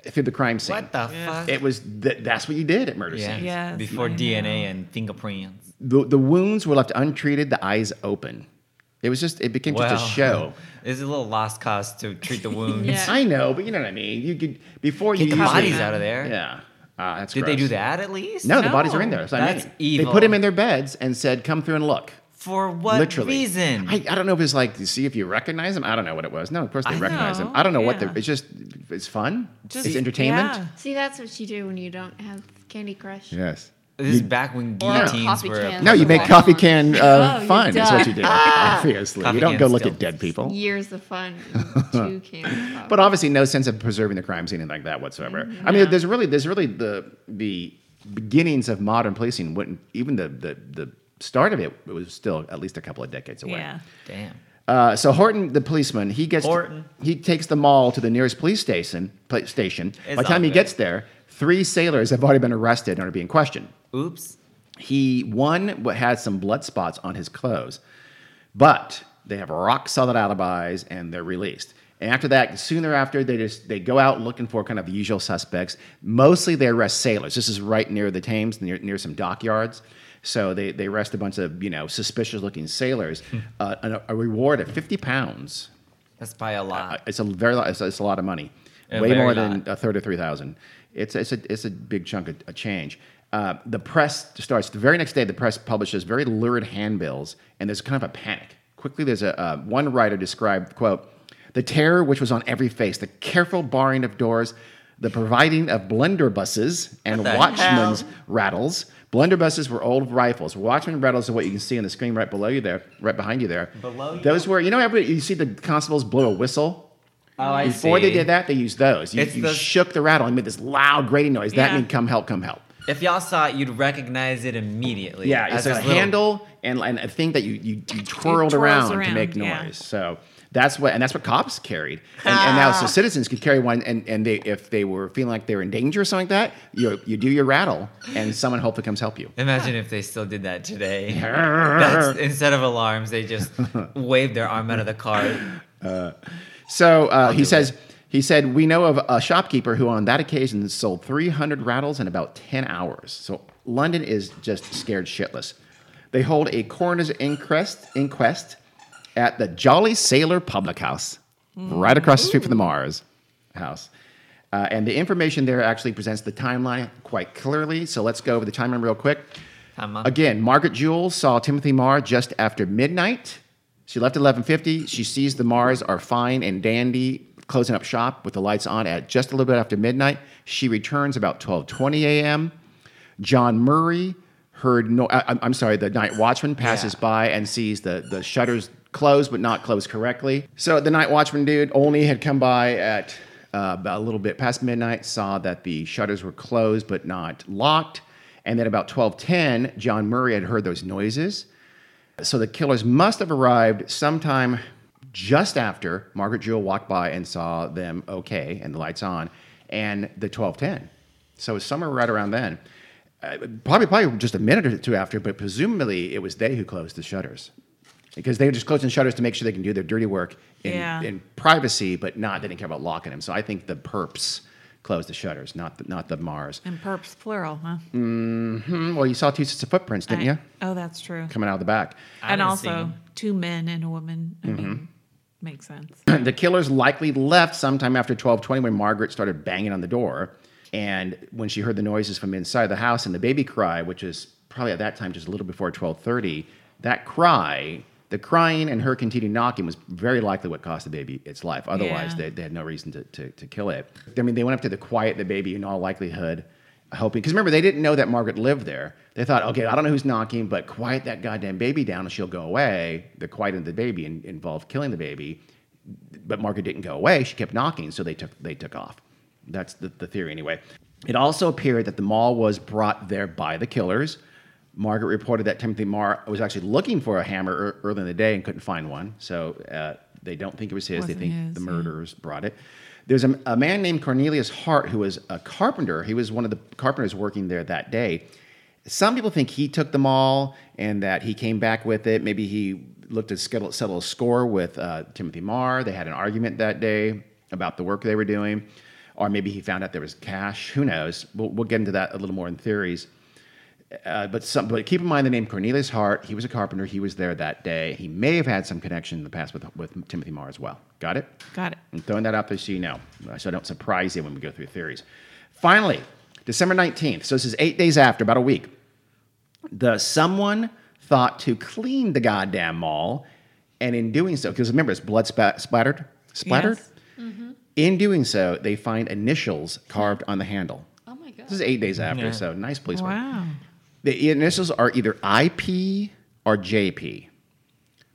B: through the crime scene.
C: what the fuck?
B: It was th- that's what you did at murder
C: yeah.
B: scenes.
A: Yes,
C: Before
A: I
C: DNA and fingerprints.
B: the, the wounds were left untreated, the eyes open. It was just, it became just a
C: Wow.
B: show.
C: It's a little lost cause to treat the wounds.
E: Yeah.
B: I know, but you know what I mean. You could before
C: Get
B: you
C: the
B: usually-
C: bodies out of there.
B: Yeah, uh, that's
C: Did they
B: gross.
C: do that at least?
B: No, the bodies are in there. That's, what I
C: That's
B: mean. They
C: evil.
B: put them in their beds and said, "Come through and look."
C: For what
B: Literally,
C: reason?
B: I, I don't know if it's like to see if you recognize them. I don't know what it was. No, of course they
C: I
B: recognize them.
A: know,
B: I don't know what
A: yeah.
B: they're. It's just it's fun.
A: Just,
B: it's entertainment.
A: yeah.
E: See, that's what you do when you don't have Candy Crush.
B: Yes.
C: this is back when
E: Or
C: guillotines
E: coffee
C: were.
E: cans.
B: No, you make
E: Walk
B: coffee
E: on.
B: can uh,
E: Oh, you
B: fun. Is what
E: duck.
B: you do. Obviously,
C: Coffee
B: you don't
C: can
B: go look
C: still.
B: at dead people.
E: Years of fun. and Two cans.
B: but obviously no sense of preserving the crime scene and like that whatsoever.
C: Mm-hmm.
B: I mean, there's really there's really the the beginnings of modern policing. Wouldn't even the the the start of it, it was still at least a couple of decades away.
A: Yeah.
C: Damn.
B: Uh, so Horton, the policeman, he gets
C: Horton.
B: he takes the mall to the nearest police station. pla- station. By
C: It's
B: the time he
C: all good.
B: gets there, three sailors have already been arrested and are being questioned.
C: Oops.
B: He one wa- had some blood spots on his clothes, but they have rock solid alibis and they're released. And after that, soon thereafter, they just they go out looking for kind of the usual suspects. Mostly they arrest sailors. This is right near the Thames, near, near some dockyards. So they, they arrest a bunch of you know suspicious looking sailors. uh, and a, a reward of fifty pounds.
C: That's by a
B: Uh,
C: lot.
B: It's a very lot, it's, it's a lot of money,
C: A
B: way
C: very
B: more than
C: lot.
B: a third of three thousand. It's it's a it's a big chunk of a change. Uh, the press starts the very next day. The press publishes very lurid handbills, and there's kind of a panic. Quickly, there's a uh, one writer described quote the terror which was on every face, the careful barring of doors, the providing of blunderbusses and
C: the
B: watchmen's rattles. Blunderbusses were old rifles. Watchman rattles are what you can see on the screen right below you there, right behind you there.
C: Below you?
B: Those were, you know, everybody, you see the constables blow a whistle.
C: oh, I
B: Before they
C: see.
B: did that, they used those. You,
C: It's
B: you
C: the-
B: shook the rattle and made this loud grating noise. That
A: Yeah.
B: meant come help, come help.
C: If y'all saw it, you'd recognize it immediately.
B: Yeah, it's
C: as
B: a
C: this little-
B: handle and, and a thing that you you, you twirled
A: twirls
B: around, to
A: around,
B: make noise.
A: yeah.
B: So that's what and that's what cops carried. And, and now so citizens could carry one and, and they if they were feeling like they were in danger or something like that, you you do your rattle and someone hopefully comes help you.
C: Imagine if they still did that today. That's, instead of alarms, they just waved their arm out of the car.
B: So uh, he says he said we know of a shopkeeper who on that occasion sold 300 rattles in about 10 hours. So London is just scared shitless. They hold a coroner's inquest inquest at the Jolly Sailor Public House, right across the street from the Mars House. Uh, and the information there actually presents the timeline quite clearly. So let's go over the timeline real quick.
C: Timeline.
B: Again, Margaret Jewell saw Timothy Marr just after midnight. She left at 11:50. She sees the Mars are fine and dandy closing up shop with the lights on at just a little bit after midnight. She returns about 12:20 a.m. John Murray heard no. I, I'm- I'm sorry. The night watchman passes
C: Yeah.
B: by and sees the the shutters closed, but not closed correctly. So the night watchman dude only had come by at uh, about a little bit past midnight, saw that the shutters were closed but not locked, and then about 12:10, John Murray had heard those noises. So the killers must have arrived sometime just after Margaret Jewell walked by and saw them okay and the lights on and the 1210. So it was somewhere right around then. Uh, probably, probably just a minute or two after, but presumably it was they who closed the shutters because they were just closing shutters to make sure they can do their dirty work in,
A: Yeah.
B: in privacy, but not, they didn't care about locking them. So I think the perps closed the shutters, not the, not the Mars.
A: And perps plural, huh?
B: Mm, Well, you saw two sets of footprints, didn't
A: I-
B: you?
A: Oh, that's true.
B: Coming out of the back.
C: I
A: and
C: didn't see
A: also
C: him.
A: two men and a woman.
B: Mm-hmm.
A: I mean, makes sense.
B: the killers likely left sometime after 1220 when Margaret started banging on the door. And when she heard the noises from inside the house and the baby cry, which is probably at that time just a little before 1230, that cry, the crying and her continued knocking was very likely what cost the baby its life. Otherwise,
A: Yeah.
B: they, they had no reason to, to, to kill it. I mean, they went up to the quiet the baby in all likelihood, hoping, because remember, they didn't know that Margaret lived there. They thought, okay, I don't know who's knocking, but quiet that goddamn baby down and she'll go away. The quieting the baby in- involved killing the baby but Margaret didn't go away. She kept knocking, so they took they took off. That's the, the theory anyway. It also appeared that the mall was brought there by the killers. Margaret reported that Timothy Marr was actually looking for a hammer ear- early in the day and couldn't find one. So uh, they don't think it was his.
A: Wasn't
B: they think
A: his,
B: the
A: yeah.
B: murderers brought it. There's a, a man named Cornelius Hart who was a carpenter. He was one of the carpenters working there that day. Some people think he took them all and that he came back with it. Maybe he looked to settle, settle a score with uh, Timothy Marr. They had an argument that day about the work they were doing. Or maybe he found out there was cash. Who knows? We'll, we'll get into that a little more in theories. Uh, but some, but keep in mind the name Cornelius Hart. He was a carpenter. He was there that day. He may have had some connection in the past with, with Timothy Marr as well. Got it?
A: Got it.
B: I'm throwing that out there so you know, so I don't surprise you when we go through theories. Finally, December 19th. So this is eight days after, about a week. The someone thought to clean the goddamn mall, and in doing so, because remember it's blood spa- splattered, splattered. Mm-hmm.
A: Yes.
B: In doing so, they find initials carved on the handle.
E: Oh my god.
B: This is eight days after,
C: Yeah.
B: so nice police work.
A: Wow.
B: The initials are either IP or JP.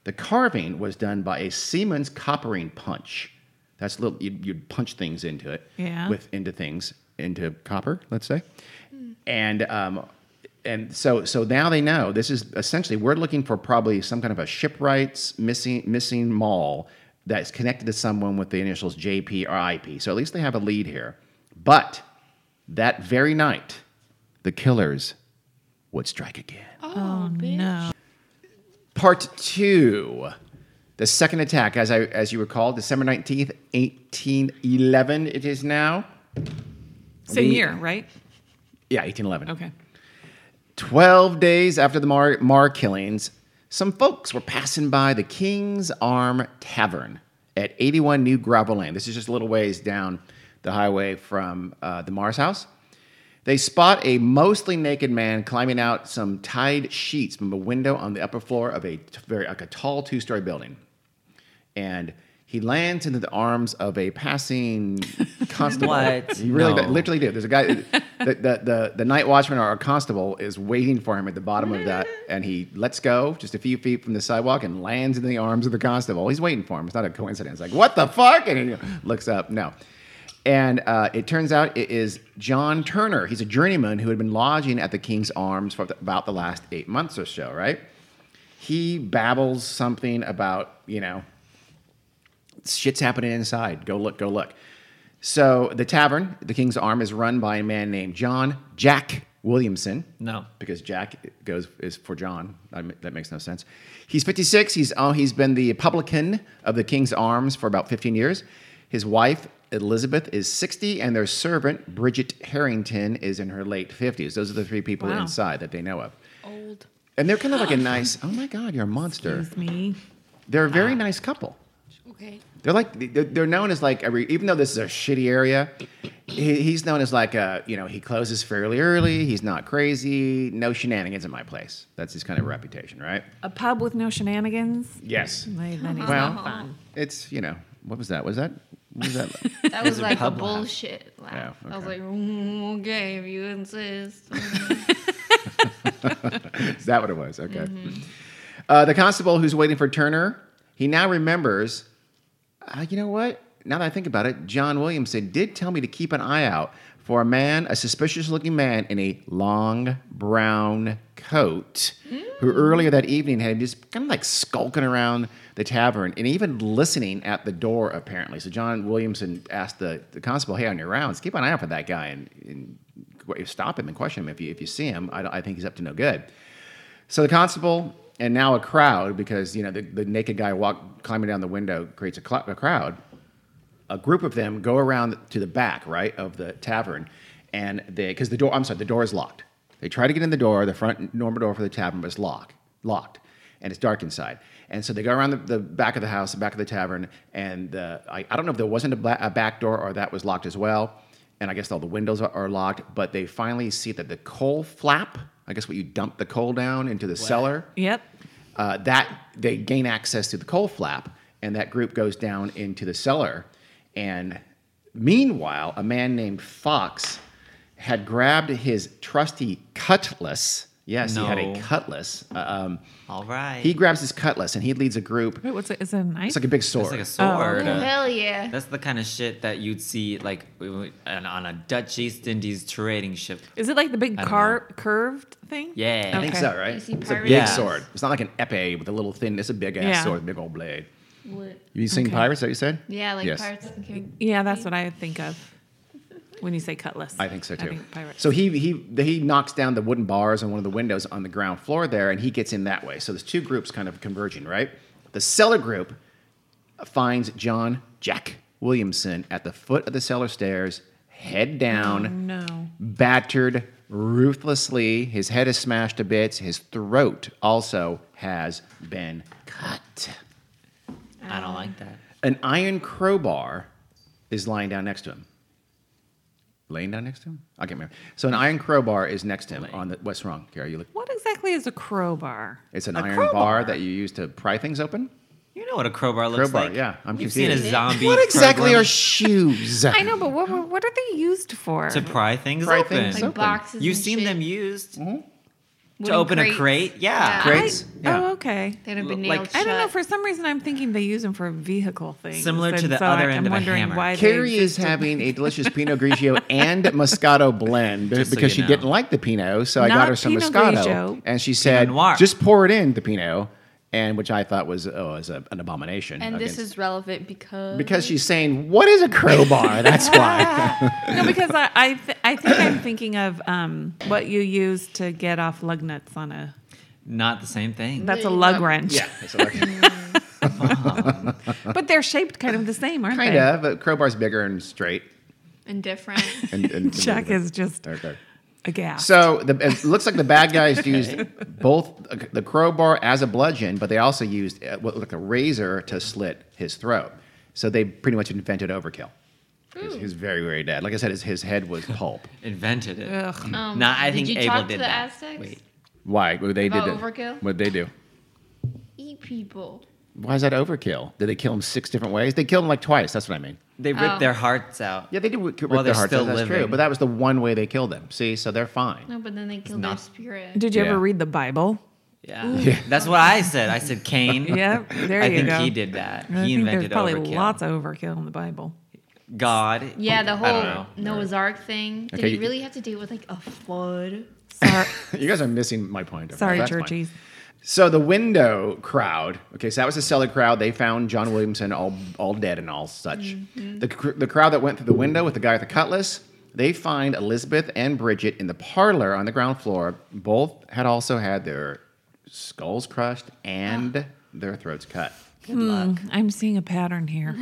B: The carving was done by a Siemens coppering punch. That's little you'd, you'd punch things into it
A: Yeah.
B: with into things into copper, let's say, and um, and so so now they know this is essentially we're looking for probably some kind of a shipwrights missing missing mall that's connected to someone with the initials JP or IP. So at least they have a lead here. But that very night, the killers would strike again.
E: oh, bitch.
A: No.
B: Part two, the second attack, as I as you recall, December nineteenth, eighteen eleven. It is now.
A: Same
B: The-
A: year, right?
B: Yeah, eighteen eleven.
A: Okay.
B: 12 days after the Mar, Mar killings, some folks were passing by the King's Arm Tavern at 81 New Gravel Lane. This is just a little ways down the highway from uh, the Mars house. They spot a mostly naked man climbing out some tied sheets from a window on the upper floor of a t- very like a tall two-story building. And he lands into the arms of a passing constable.
C: What?
B: You really
C: No.
B: literally do. There's a guy, the, the, the, the night watchman or a constable is waiting for him at the bottom of that, and he lets go just a few feet from the sidewalk and lands in the arms of the constable. He's waiting for him. It's not a coincidence. Like, what the fuck? And he looks up. No. And uh, it turns out it is John Turner. He's a journeyman who had been lodging at the King's Arms for about the last eight months or so, right? He babbles something about, you know, shit's happening inside. Go look, go look. So the tavern, the King's Arm, is run by a man named John Jack Williamson.
C: No.
B: because Jack goes is for John. I mean, That makes no sense. He's 56. He's oh, he's been the publican of the King's Arms for about 15 years. His wife Elizabeth is 60, and their servant Bridget Harrington is in her late 50s. Those are the three people
A: Wow.
B: inside that they know of,
E: Old.
B: and they're kind of like a nice. Oh my God, you're a monster
A: Excuse me.
B: They're a very nice couple.
E: Okay.
B: They're like they're they're known as like a re, even though this is a shitty area, he, he's known as like a you know he closes fairly early. He's not crazy. No shenanigans in my place. That's his kind of reputation, right?
A: A pub with no shenanigans.
B: Yes.
A: Like, That is
B: Well-
A: not fun.
B: It's you know what was that? Was that what was that?
E: That was like a
C: pub laugh.
E: bullshit laugh.
B: Yeah,
E: I was
B: okay.
E: like, "Mm, okay, if you insist.
B: Is that what it was? Okay. Uh, the constable who's waiting for Turner, he now remembers. Uh, you know what? Now that I think about it, John Williamson did tell me to keep an eye out for a man, a suspicious-looking man in a long brown coat, who earlier that evening had just kind of like skulking around the tavern and even listening at the door. Apparently, so John Williamson asked the, the constable, "Hey, on your rounds, keep an eye out for that guy and, and qu- stop him and question him if you if you see him. I, don't- I think he's up to no good." So the constable and now a crowd, because you know the, the naked guy walk climbing down the window creates a, cl- a crowd. A group of them go around to the back, right, of the tavern, and they because the door. I'm sorry, the door is locked. They try to get in the door, the front normal door for the tavern, but it's locked, locked, and it's dark inside. And so they go around the, the back of the house, the back of the tavern, and the, I, I don't know if there wasn't a, bla- a back door or that was locked as well and I guess all the windows are, are locked, but they finally see that the coal flap, I guess what you dump the coal down into the cellar,
A: Yep.
B: uh, that they gain access to the coal flap, and that group goes down into the cellar. And meanwhile, a man named Fox had grabbed his trusty cutlass. Yes, he had a
C: No.
B: cutlass. Uh, um,
C: All right.
B: he grabs his cutlass and he leads a group.
A: Wait, what's it? Is it a knife?
B: It's like a big sword.
C: It's like a sword.
E: Hell yeah.
C: That's the kind of shit that you'd see like on on a Dutch East Indies trading ship.
A: Is it like the big
C: I don't
A: car curved thing?
C: Yeah.
B: I think
A: Okay.
B: so, right?
E: You
B: It's
E: see
B: a big
E: pirates?
C: Yeah.
B: sword. It's not like an epee with a little thin. It's a big ass
A: Yeah.
B: sword, big old blade.
E: What?
B: Have you seen
A: Okay.
B: Pirates? Is that what you said?
E: Yeah, like
B: Yes.
E: pirates. of the Caribbean.
A: Yeah, that's what I think of when you say cutlass.
B: I think so too.
A: pirate.
B: so he he he knocks down the wooden bars on one of the windows on the ground floor there, and he gets in that way. So there's two groups kind of converging, right? The cellar group finds John Jack Williamson at the foot of the cellar stairs, head down,
A: no.
B: battered ruthlessly. His head is smashed to bits. His throat also has been cut.
C: I don't like that.
B: An iron crowbar is lying down next to him. Laying down next to him? I can't remember. So an iron crowbar is next to him on the what's wrong, Kara? You look
A: What exactly is a crowbar?
B: it's an
A: A
B: iron
A: crowbar.
B: bar that you use to pry things open?
C: You know what a crowbar looks
B: Crowbar,
C: like?
B: yeah, I'm confused.
C: You've seen a zombie.
B: What exactly
C: crowbar
B: are shoes?
A: I know, but what were- what are they used for?
C: to pry things
B: Pry
C: open?
B: things
E: Like
B: Something.
E: boxes.
C: You've
E: and
C: seen
E: shit.
C: them used to
E: Mm-hmm. Wooden
C: open a
E: crates.
C: crate. Yeah.
E: Yeah.
A: I-
B: Crates? Yeah.
A: Oh, okay.
E: That have been
C: Like-
E: nailed
A: I don't know.
E: shut.
A: For some reason, I'm thinking they use them for vehicle things.
C: Similar to
A: and
C: the
A: so
C: other
A: I, I'm
C: end of a
A: wondering
C: hammer.
A: Why they
B: Carrie is
A: existed.
B: having a delicious Pinot Grigio and Moscato blend
C: Just so
B: because
C: you
B: she
C: know.
B: didn't like the Pinot, so I got
A: Not
B: her some
A: Pinot
B: Moscato,
A: Grigio.
B: and she said,
C: Noir.
B: "Just pour it in the Pinot," and which I thought was oh, is a, an abomination.
E: And this
B: against-
E: is relevant because.
B: because she's saying, "What is a crowbar?" That's why.
A: no, because I I, th- I think I'm thinking of um what you use to get off lug nuts on a.
C: Not the same thing.
A: That's
E: Yeah.
A: a lug wrench.
B: It's like-
A: But they're shaped kind of the same, aren't
B: kind
A: they?
B: of. But crowbar's bigger and straight.
E: Indifferent.
B: And, and
A: Jack is just
B: Okay.
A: a gas.
B: So the, it looks like the bad guys used both the crowbar as a bludgeon, but they also used uh, what looked like a razor to slit his throat. So they pretty much invented overkill. He's, he's very, very dead. Like I said, his, his head was pulp.
C: Invented it.
A: Ugh.
B: Um,
C: No, I
E: Um, did
C: think
E: you
C: Abel
E: talk to
C: did
E: the
C: that.
E: Aztecs?
C: Wait.
B: Why? What they
E: About
B: did that-
E: overkill?
B: What they do?
E: Eat people.
B: Why is that overkill? Did they kill him six different ways? They killed him like twice. That's what I mean.
C: They
E: Oh.
C: ripped their hearts out.
B: Yeah, they did rip
C: While
B: their
C: they're
B: hearts out.
C: still
B: That's true.
C: living.
B: But that was the one way they killed them. See, so they're fine.
E: No, but then they killed their
C: not-
E: spirit.
A: Did you
B: Yeah.
A: ever read the Bible?
C: Yeah. That's what I said. I said Cain.
A: Yeah, there
C: I
A: you
C: think
A: go.
C: he did that.
A: I
C: he
A: think there's
C: invented
A: probably
C: overkill.
A: lots of overkill in the Bible.
C: God.
E: Yeah, Oh. the
C: I don't
E: whole Noah's Ark thing. Did
B: Okay,
E: he
B: you-
E: really have to do with like a flood?
A: Sorry,
B: You guys are missing my point. Okay,
A: sorry,
B: that's fine.
A: Georgie.
B: So the window crowd, okay, so that was the cellar crowd. They found John Williamson all all dead and all such.
A: Mm-hmm.
B: The cr- the crowd that went through the window with the guy with the cutlass, they find Elizabeth and Bridget in the parlor on the ground floor. Both had also had their skulls crushed and
A: Ah.
B: their throats cut.
A: Hmm, I'm seeing a pattern here.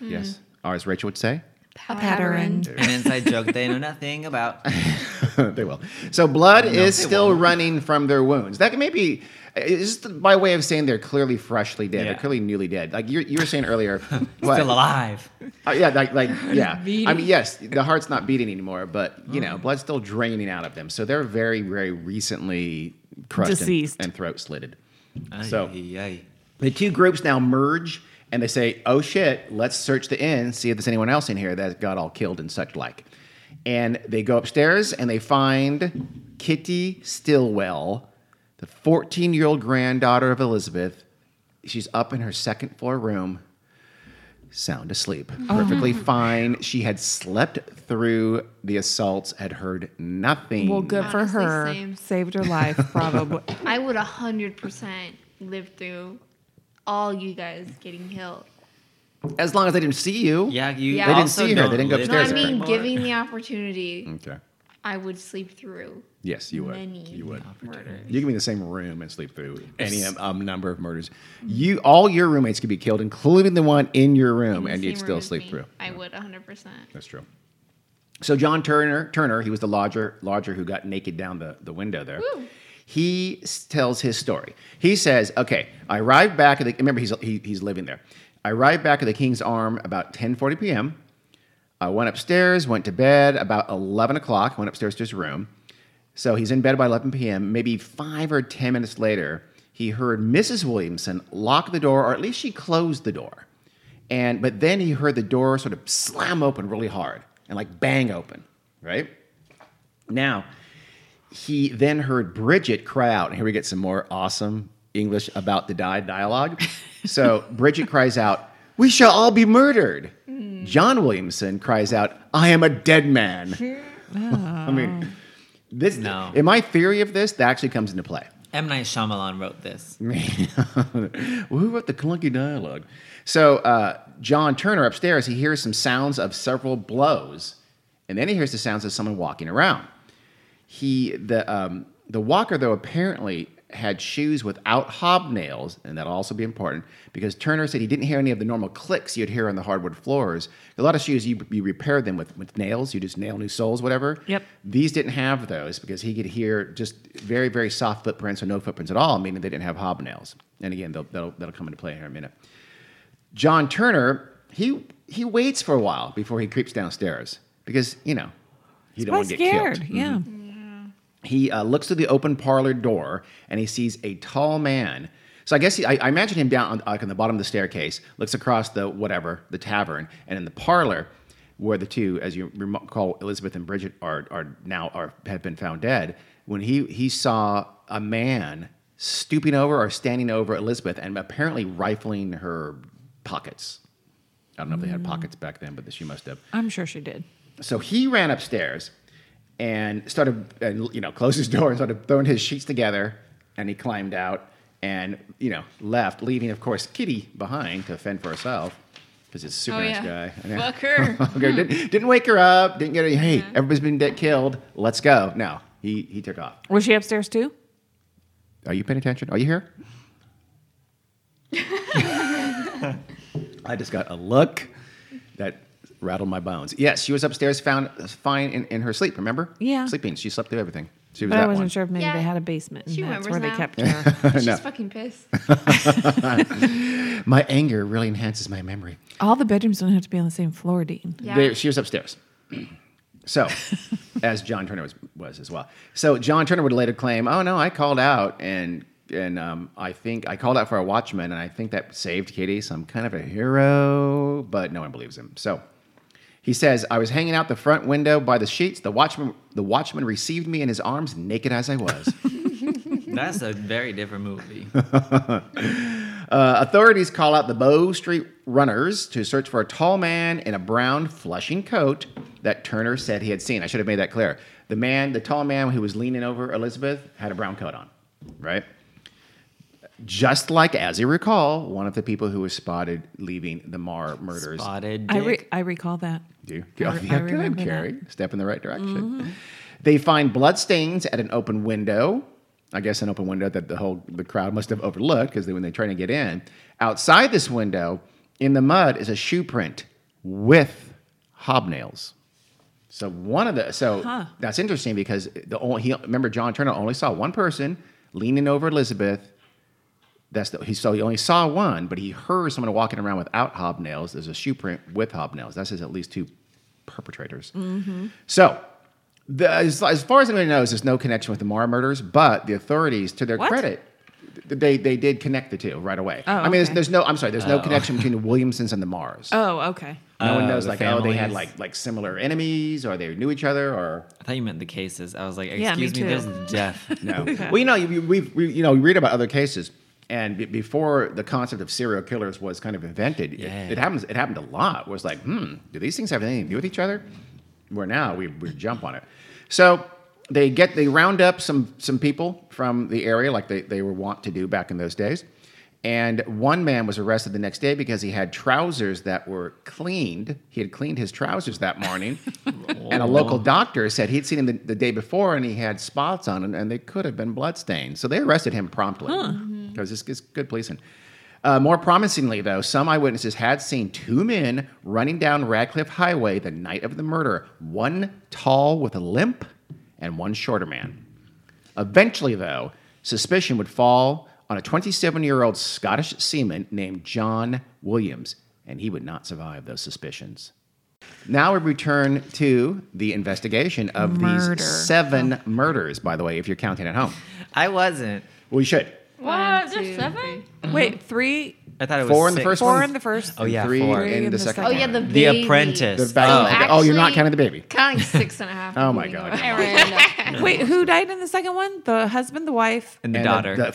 B: Yes, or as Rachel would say,
E: A
D: pattern.
C: An inside joke they know nothing about.
B: they will. So blood is still running from their wounds. That may be it's just by way of saying they're clearly freshly dead. They're
C: Yeah.
B: clearly newly dead. Like you, you were saying earlier. what?
C: Still alive.
B: Uh, yeah, like, like yeah. I mean, yes, the heart's not beating anymore, but you
C: Oh.
B: know, blood's still draining out of them. So they're very, very recently crushed and-
A: Deceased.
B: and throat slitted.
C: Ay,
B: So-
C: ay, ay.
B: The two groups now merge and they say, oh shit, let's search the inn, see if there's anyone else in here that got all killed and such like. And they go upstairs and they find Kitty Stillwell, the 14 year old granddaughter of Elizabeth. She's up in her second floor room, sound asleep,
A: Oh.
B: perfectly fine. She had slept through the assaults, had heard nothing.
A: Well, good for
E: Honestly,
A: her.
E: same.
A: Saved her life, probably.
E: I would 100% live through all you guys getting killed.
B: As long as they didn't see you.
C: Yeah, you.
E: Yeah. They didn't
C: also
B: see her. They
C: don't
B: didn't go
C: live
E: No, I
B: upstairs
E: mean,
C: anymore.
E: giving the opportunity,
B: Okay.
E: I would sleep through
B: Yes, you would.
E: Many.
B: You would.
E: murder.
B: You can be in the same room and sleep through any um, number of murders. You, all your roommates could be killed, including the one in your room,
E: The
B: and you'd
E: same
B: still
E: room as
B: sleep
E: me.
B: through.
E: I would 100%.
B: That's true. So John Turner, Turner, he was the lodger, lodger who got naked down the, the window there. He s- tells his story. He says, "Okay, I arrived back at the. Remember, he's he, he's living there. I arrived back at the King's Arm about 10:40 p.m. I went upstairs, went to bed about 11 o'clock. Went upstairs to his room. So he's in bed by 11 p.m. Maybe five or 10 minutes later, he heard Mrs. Williamson lock the door, or at least she closed the door. And but then he heard the door sort of slam open really hard and like bang open, right? Now, he then heard Bridget cry out, and here we get some more awesome English about the die dialogue. So Bridget cries out, "We shall all be murdered." John Williamson cries out, "I am a dead man." I mean, this
C: No.
B: in my theory of this, that actually comes into play.
C: M Night Shyamalan wrote this.
B: Well, who wrote the clunky dialogue? So uh, John Turner upstairs, he hears some sounds of several blows, and then he hears the sounds of someone walking around. He the um, the walker though apparently had shoes without hobnails, and that'll also be important because Turner said he didn't hear any of the normal clicks you'd hear on the hardwood floors. A lot of shoes you, you repair them with, with nails, you just nail new soles, whatever.
A: Yep.
B: These didn't have those because he could hear just very, very soft footprints or no footprints at all, meaning they didn't have hobnails. And again, they'll, that'll, that'll come into play here in a minute. John Turner, he he waits for a while before he creeps downstairs because you know he don't
A: I'm
B: want to get
A: scared.
B: killed.
E: Mm.
A: Yeah.
B: He uh, looks through the open parlor door and he sees a tall man. So I guess he, I, I imagine him down on, like on the bottom of the staircase, looks across the whatever the tavern, and in the parlor where the two, as you recall, Elizabeth and Bridget are are now are have been found dead. When he he saw a man stooping over or standing over Elizabeth and apparently rifling her pockets. I don't know if they had pockets back then, but she must have
A: I'm sure she did.
B: so he ran upstairs and started and you know closed his door and started throwing his sheets together and he climbed out and you know left leaving of course kitty behind to fend for herself because he's a super
E: Oh,
B: nice
E: yeah.
B: guy I know.
E: Fuck her.
B: okay didn't, didn't wake her up didn't get her hey everybody's been dead killed let's go no he he took off
A: Was she upstairs too?
B: are you paying attention? Are you here? I just got a look that rattled my bones. Yes, she was upstairs, found fine in, in her sleep. Remember?
A: Yeah.
B: sleeping. She slept through everything. She was
A: But
B: that
A: I wasn't
B: one.
A: sure if maybe
E: Yeah.
A: they had a basement. And
E: She
A: that's where
E: remembers
A: they
E: now.
A: kept her.
E: She's fucking pissed.
B: My anger really enhances my memory.
A: All the bedrooms don't have to be on the same floor, Dean.
E: Yeah.
B: They- she was upstairs. So, as John Turner was, was as well. So John Turner would later claim, "Oh no, I called out and and um, I think I called out for a watchman, and I think that saved Kitty. So I'm kind of a hero, but no one believes him." So he says, "I was hanging out the front window by the sheets. The watchman the watchman received me in his arms, naked as I was."
C: That's a very different movie.
B: Uh, authorities call out the Bow Street runners to search for a tall man in a brown flushing coat that Turner said he had seen. I should have made that clear. The man, the tall man who was leaning over Elizabeth, had a brown coat on, right? Just like, as you recall, one of the people who was spotted leaving the Mar murders.
C: Spotted
A: I,
C: dick.
A: re- I recall that.
B: Do you?
A: I re- I
B: yeah, good,
A: remember Mm-hmm.
B: Carrie. Step in the right direction. They find bloodstains at an open window. I guess an open window that the whole the crowd must have overlooked because when they try to get in, outside this window in the mud is a shoe print with hobnails. So one of the so
A: Huh.
B: that's interesting because the only he remember John Turner only saw one person leaning over Elizabeth. That's the he so he only saw one, but he heard someone walking around without hobnails. There's a shoe print with hobnails. That says at least two perpetrators.
A: Mm-hmm.
B: So the, as, as far as anybody knows, there's no connection with the Mara murders, but the authorities, to their
A: What?
B: credit, th- they they did connect the two right away.
A: Oh,
B: I mean, there's,
A: okay.
B: there's no I'm sorry, there's no connection between the Williamsons and the Mars.
A: Oh, okay.
B: No one
C: Oh,
B: knows,
C: the
B: like, oh, they had
C: families.
B: like like similar enemies, or they knew each other, or
C: I thought you meant the cases. I was like,
A: me
C: excuse me,
A: too.
C: there's death.
B: no. Well, you know, you, we we you know we read about other cases, and b- before the concept of serial killers was kind of invented, it-
C: Yeah.
B: it, happens. It happened a lot. It was like, hmm, do these things have anything to do with each other? Where now we we jump on it. So they get they round up some some people from the area, like they they were wont to do back in those days. And one man was arrested the next day because he had trousers that were cleaned. He had cleaned his trousers that morning, and a local doctor said he'd seen him the, the day before and he had spots on him, and they could have been bloodstains. So they arrested him promptly because it's, it's good policing. Uh, more promisingly, though, some eyewitnesses had seen two men running down Radcliffe Highway the night of the murder one tall with a limp and one shorter man. Eventually, though, suspicion would fall on a 27 year old Scottish seaman named John Williams, and he would not survive those suspicions. Now we return to the investigation of
A: Murder.
B: these seven murders, by the way, if you're counting at home.
C: I wasn't.
B: Well, you should.
D: What?
E: two,
D: There's seven?
A: Wait, Mm-hmm. three,
C: I thought it was
B: Four in the
C: six.
B: first
A: four
B: one?
A: in the first.
C: Oh yeah,
B: three,
C: four.
A: Three
B: in the second
D: Oh
B: one.
D: yeah, the
C: The
D: baby.
C: Apprentice.
B: The back-
C: oh,
B: oh, you're not counting the baby.
E: Counting six and a half.
B: Oh, my
E: Moving
B: God.
E: on.
D: I ran.
A: Wait, who died in the second one? The husband, the wife.
C: and the
B: And
C: daughter.
B: The,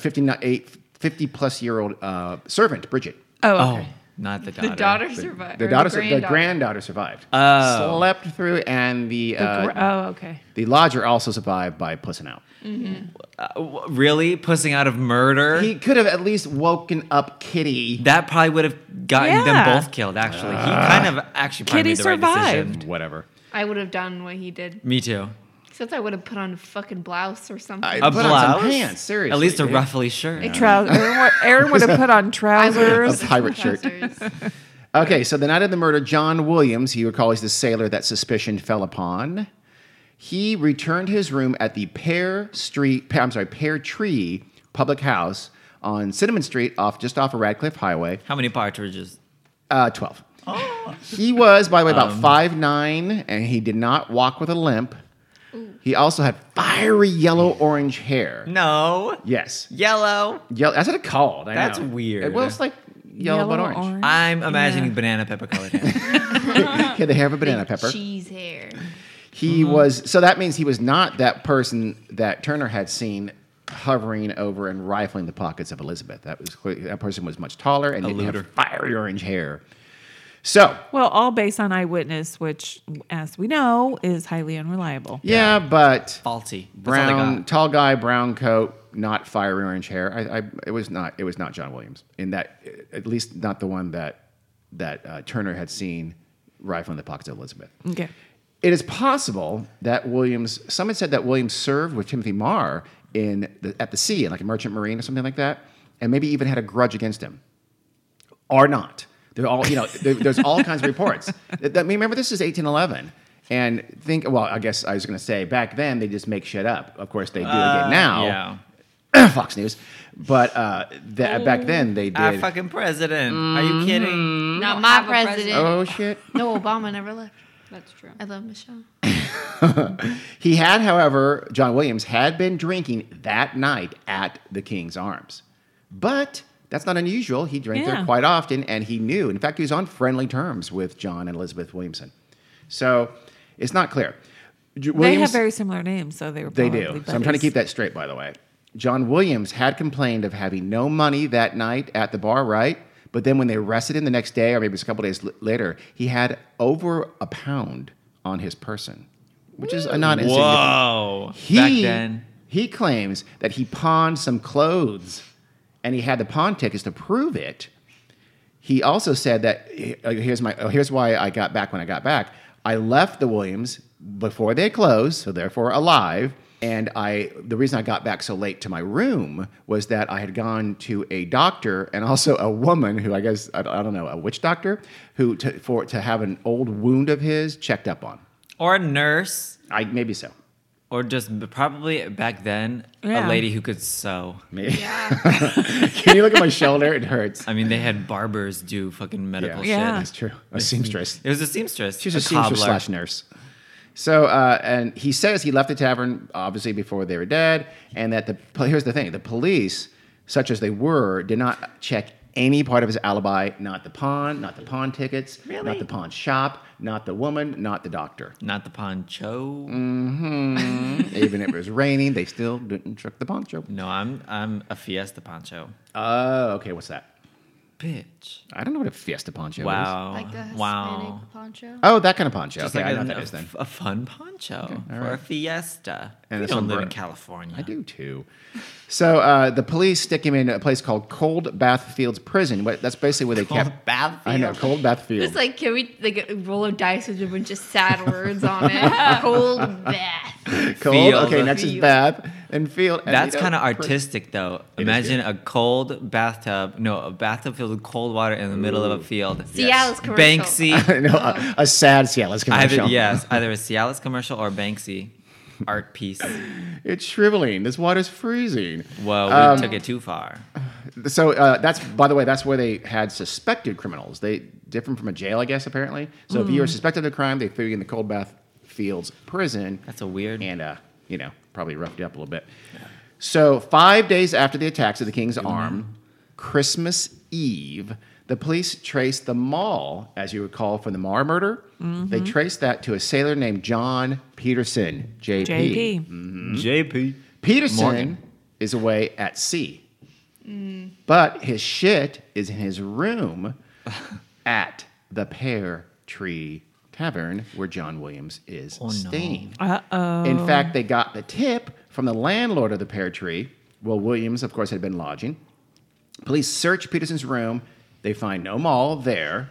B: 50 plus year old uh, servant, Bridget.
A: Oh,
C: oh,
A: okay.
C: not the daughter.
E: The daughter survived.
B: The
E: or
B: daughter,
E: the
B: the
E: granddaughter.
B: granddaughter survived.
C: Oh.
B: Slept through, and the
A: The
B: uh,
A: gr- oh, okay.
B: the lodger also survived by pussing out.
C: Uh, w- really? Pussing out of murder?
B: He could have at least woken up Kitty.
C: that probably would have gotten
A: Yeah.
C: them both killed. Actually, he
B: Ah.
C: kind of actually probably
A: Kitty
C: made the right decision.
A: survived.
B: Whatever.
E: I would have done what he did.
C: Me too.
E: Since I would have put on a fucking blouse or something.
B: I-
C: A
B: Put on some
C: blouse,
B: pants, seriously,
C: At least a
B: dude.
C: ruffly shirt.
A: Trou- Aaron, wa- Aaron would have put on
E: I would have
B: A
E: put
A: trousers.
E: some
B: pirate shirt.
E: trousers.
B: Okay, so the night of the murder, John Williams, you recall he's the sailor that suspicion fell upon. He returned his room at the Pear Street, Pear- I'm sorry, Pear Tree Public House on Cinnamon Street, off just off of Radcliffe Highway.
C: How many partridges?
B: Uh, 12. He was, by the way, about
C: Um.
B: five nine, and he did not walk with a limp. He also had fiery yellow orange hair.
C: No.
B: Yes.
C: Yellow.
B: Yellow, that's what it called. I
C: That's
B: know.
C: weird.
B: It was like yellow, but orange.
C: I'm imagining banana pepper colored hair.
B: he had the hair of a banana pepper.
E: Cheese hair.
C: Mm-hmm.
B: He was, so that means he was not that person that Turner had seen hovering over and rifling the pockets of Elizabeth. That was clear, that person was much taller and didn't
C: looter.
B: have fiery orange hair. So
A: Well, all based on eyewitness, which, as we know, is highly unreliable.
B: yeah, but
C: Faulty. That's all I
B: brown,
C: got.
B: tall guy, brown coat, not fiery orange hair. I, I, it was not. It was not John Williams in that, at least not the one that that uh, Turner had seen rifling the pockets of Elizabeth.
A: Okay.
B: It is possible that Williams. Someone said that Williams served with Timothy Marr in the, at the sea, in like a merchant marine or something like that, and maybe even had a grudge against him, or not. They're all you know. there, there's all kinds of reports. That, that- I mean, remember this is 1811, and think. Well, I guess I was going to say back then they just make shit up. Of course they do again now.
C: Yeah.
B: Fox News, but uh, that back then they did.
C: Our fucking president. Are you kidding?
E: Not my
D: have a
E: president.
D: president.
B: oh shit.
E: No, Obama never left.
D: That's true.
E: I love Michelle.
B: He had, however, John Williams had been drinking that night at the King's Arms. But that's not unusual. He drank
A: Yeah.
B: there quite often and he knew. In fact, he was on friendly terms with John and Elizabeth Williamson. So it's not clear. J-
A: They have
B: Williams-
A: very similar names, so they were.
B: they
A: Probably
B: do. So I'm trying to keep that straight, by the way. John Williams had complained of having no money that night at the bar, right? But then when they arrested him the next day, or maybe it was a couple days l- later, he had over a pound on his person, which is a not insignificant
C: Whoa.
B: he,
C: Back then.
B: He claims that he pawned some clothes and he had the pawn tickets to prove it. He also said that uh, here's my oh, here's why I got back when I got back. I left the Williams before they closed, so therefore alive, And I, the reason I got back so late to my room was that I had gone to a doctor and also a woman who I guess I, I don't know a witch doctor who to, for to have an old wound of his checked up on.
C: Or a nurse,
B: I maybe so.
C: or just b- probably back then
A: Yeah.
C: a lady who could sew.
B: Maybe. Can you look at my shoulder? It hurts.
C: I mean, they had barbers do fucking medical
A: Yeah.
C: shit.
B: That's true. A seamstress.
C: It was a seamstress.
B: She's a, seamstress
C: cobbler.
B: slash nurse. So, uh, and he says he left the tavern obviously before they were dead, and that the pol- here's the thing: the police, such as they were, did not check any part of his alibi. Not the pawn, not the pawn tickets, not the pawn shop, not the woman, not the doctor.
C: Not the poncho. Mm-hmm.
B: Even if it was raining, they still didn't check the poncho.
C: No, I'm I'm a fiesta poncho.
B: Oh, okay. What's that?
C: Bitch.
B: I don't know what a fiesta poncho is.
C: Wow.
E: Like the Hispanic
C: wow.
E: poncho.
B: Oh, that kind of poncho.
C: Just
B: okay,
C: like
B: I know
C: an-
B: what that
C: a,
B: is then.
C: f- a fun poncho for a fiesta.
B: And
C: we
B: it's
C: don't
B: on
C: live in
B: Bourbon.
C: California.
B: I do too. So uh, the police stick him in a place called Cold Bath Fields Prison. What- That's basically where they kept.
C: Bathfield.
B: I know Cold Bath Fields.
E: It's like, can we like roll a dice with a bunch of sad words on it? Cold bath.
B: cold.
C: Field.
B: Okay, next is
E: Field.
B: bath and field. and,
C: That's
B: you know,
C: kind of
B: pri-
C: artistic, though. Imagine a cold bathtub, no, a bathtub filled with cold water in the middle of a field.
E: Cialis commercial.
C: Banksy.
B: no, uh, a, a sad Cialis commercial.
C: either, yes, either a Cialis commercial or a Banksy art piece.
B: It's shriveling. This water's freezing.
C: Whoa, we
B: Um,
C: took it too far.
B: So uh, that's by the way, that's where they had suspected criminals. They different from a jail, I guess. Apparently, so if you
C: Hmm.
B: were suspected of a crime, they threw you in the Cold Bath Fields Prison.
C: That's a weird.
B: and uh, you know, probably roughed you up a little bit. So five days after the attacks of the king's arm, Christmas Eve, the police traced the mall, as you recall from the Mar murder. They traced that to a sailor named John Peterson, JP.
A: JP.
C: JP.
B: Peterson
C: Morgan.
B: is away at sea, but his shit is in his room at the Pear Tree Tavern where John Williams is
C: Oh, no.
B: staying. In fact, they got the tip from the landlord of the Pear Tree. Well, Williams, of course, had been lodging. Police search Peterson's room. They find no mall there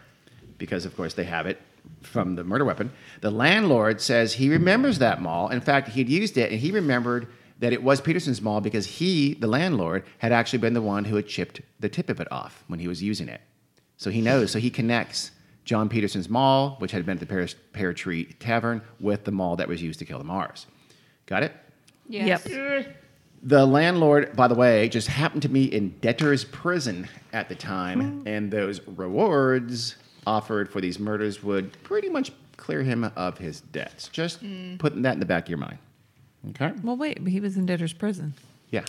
B: because, of course, they have it from the murder weapon. The landlord says he remembers that mall. In fact, he'd used it and he remembered that it was Peterson's mall because he, the landlord, had actually been the one who had chipped the tip of it off when he was using it. So he knows. So he connects John Peterson's mall, which had been at the Pear, Pear Tree Tavern, with the mall that was used to kill the Mars. Got it?
E: Yes.
A: Yep.
B: The landlord, by the way, just happened to be in debtor's prison at the
A: Hmm.
B: time, and those rewards offered for these murders would pretty much clear him of his debts. Just
A: Hmm.
B: putting that in the back of your mind. Okay?
A: Well, wait, but he was in debtor's prison.
B: Yeah.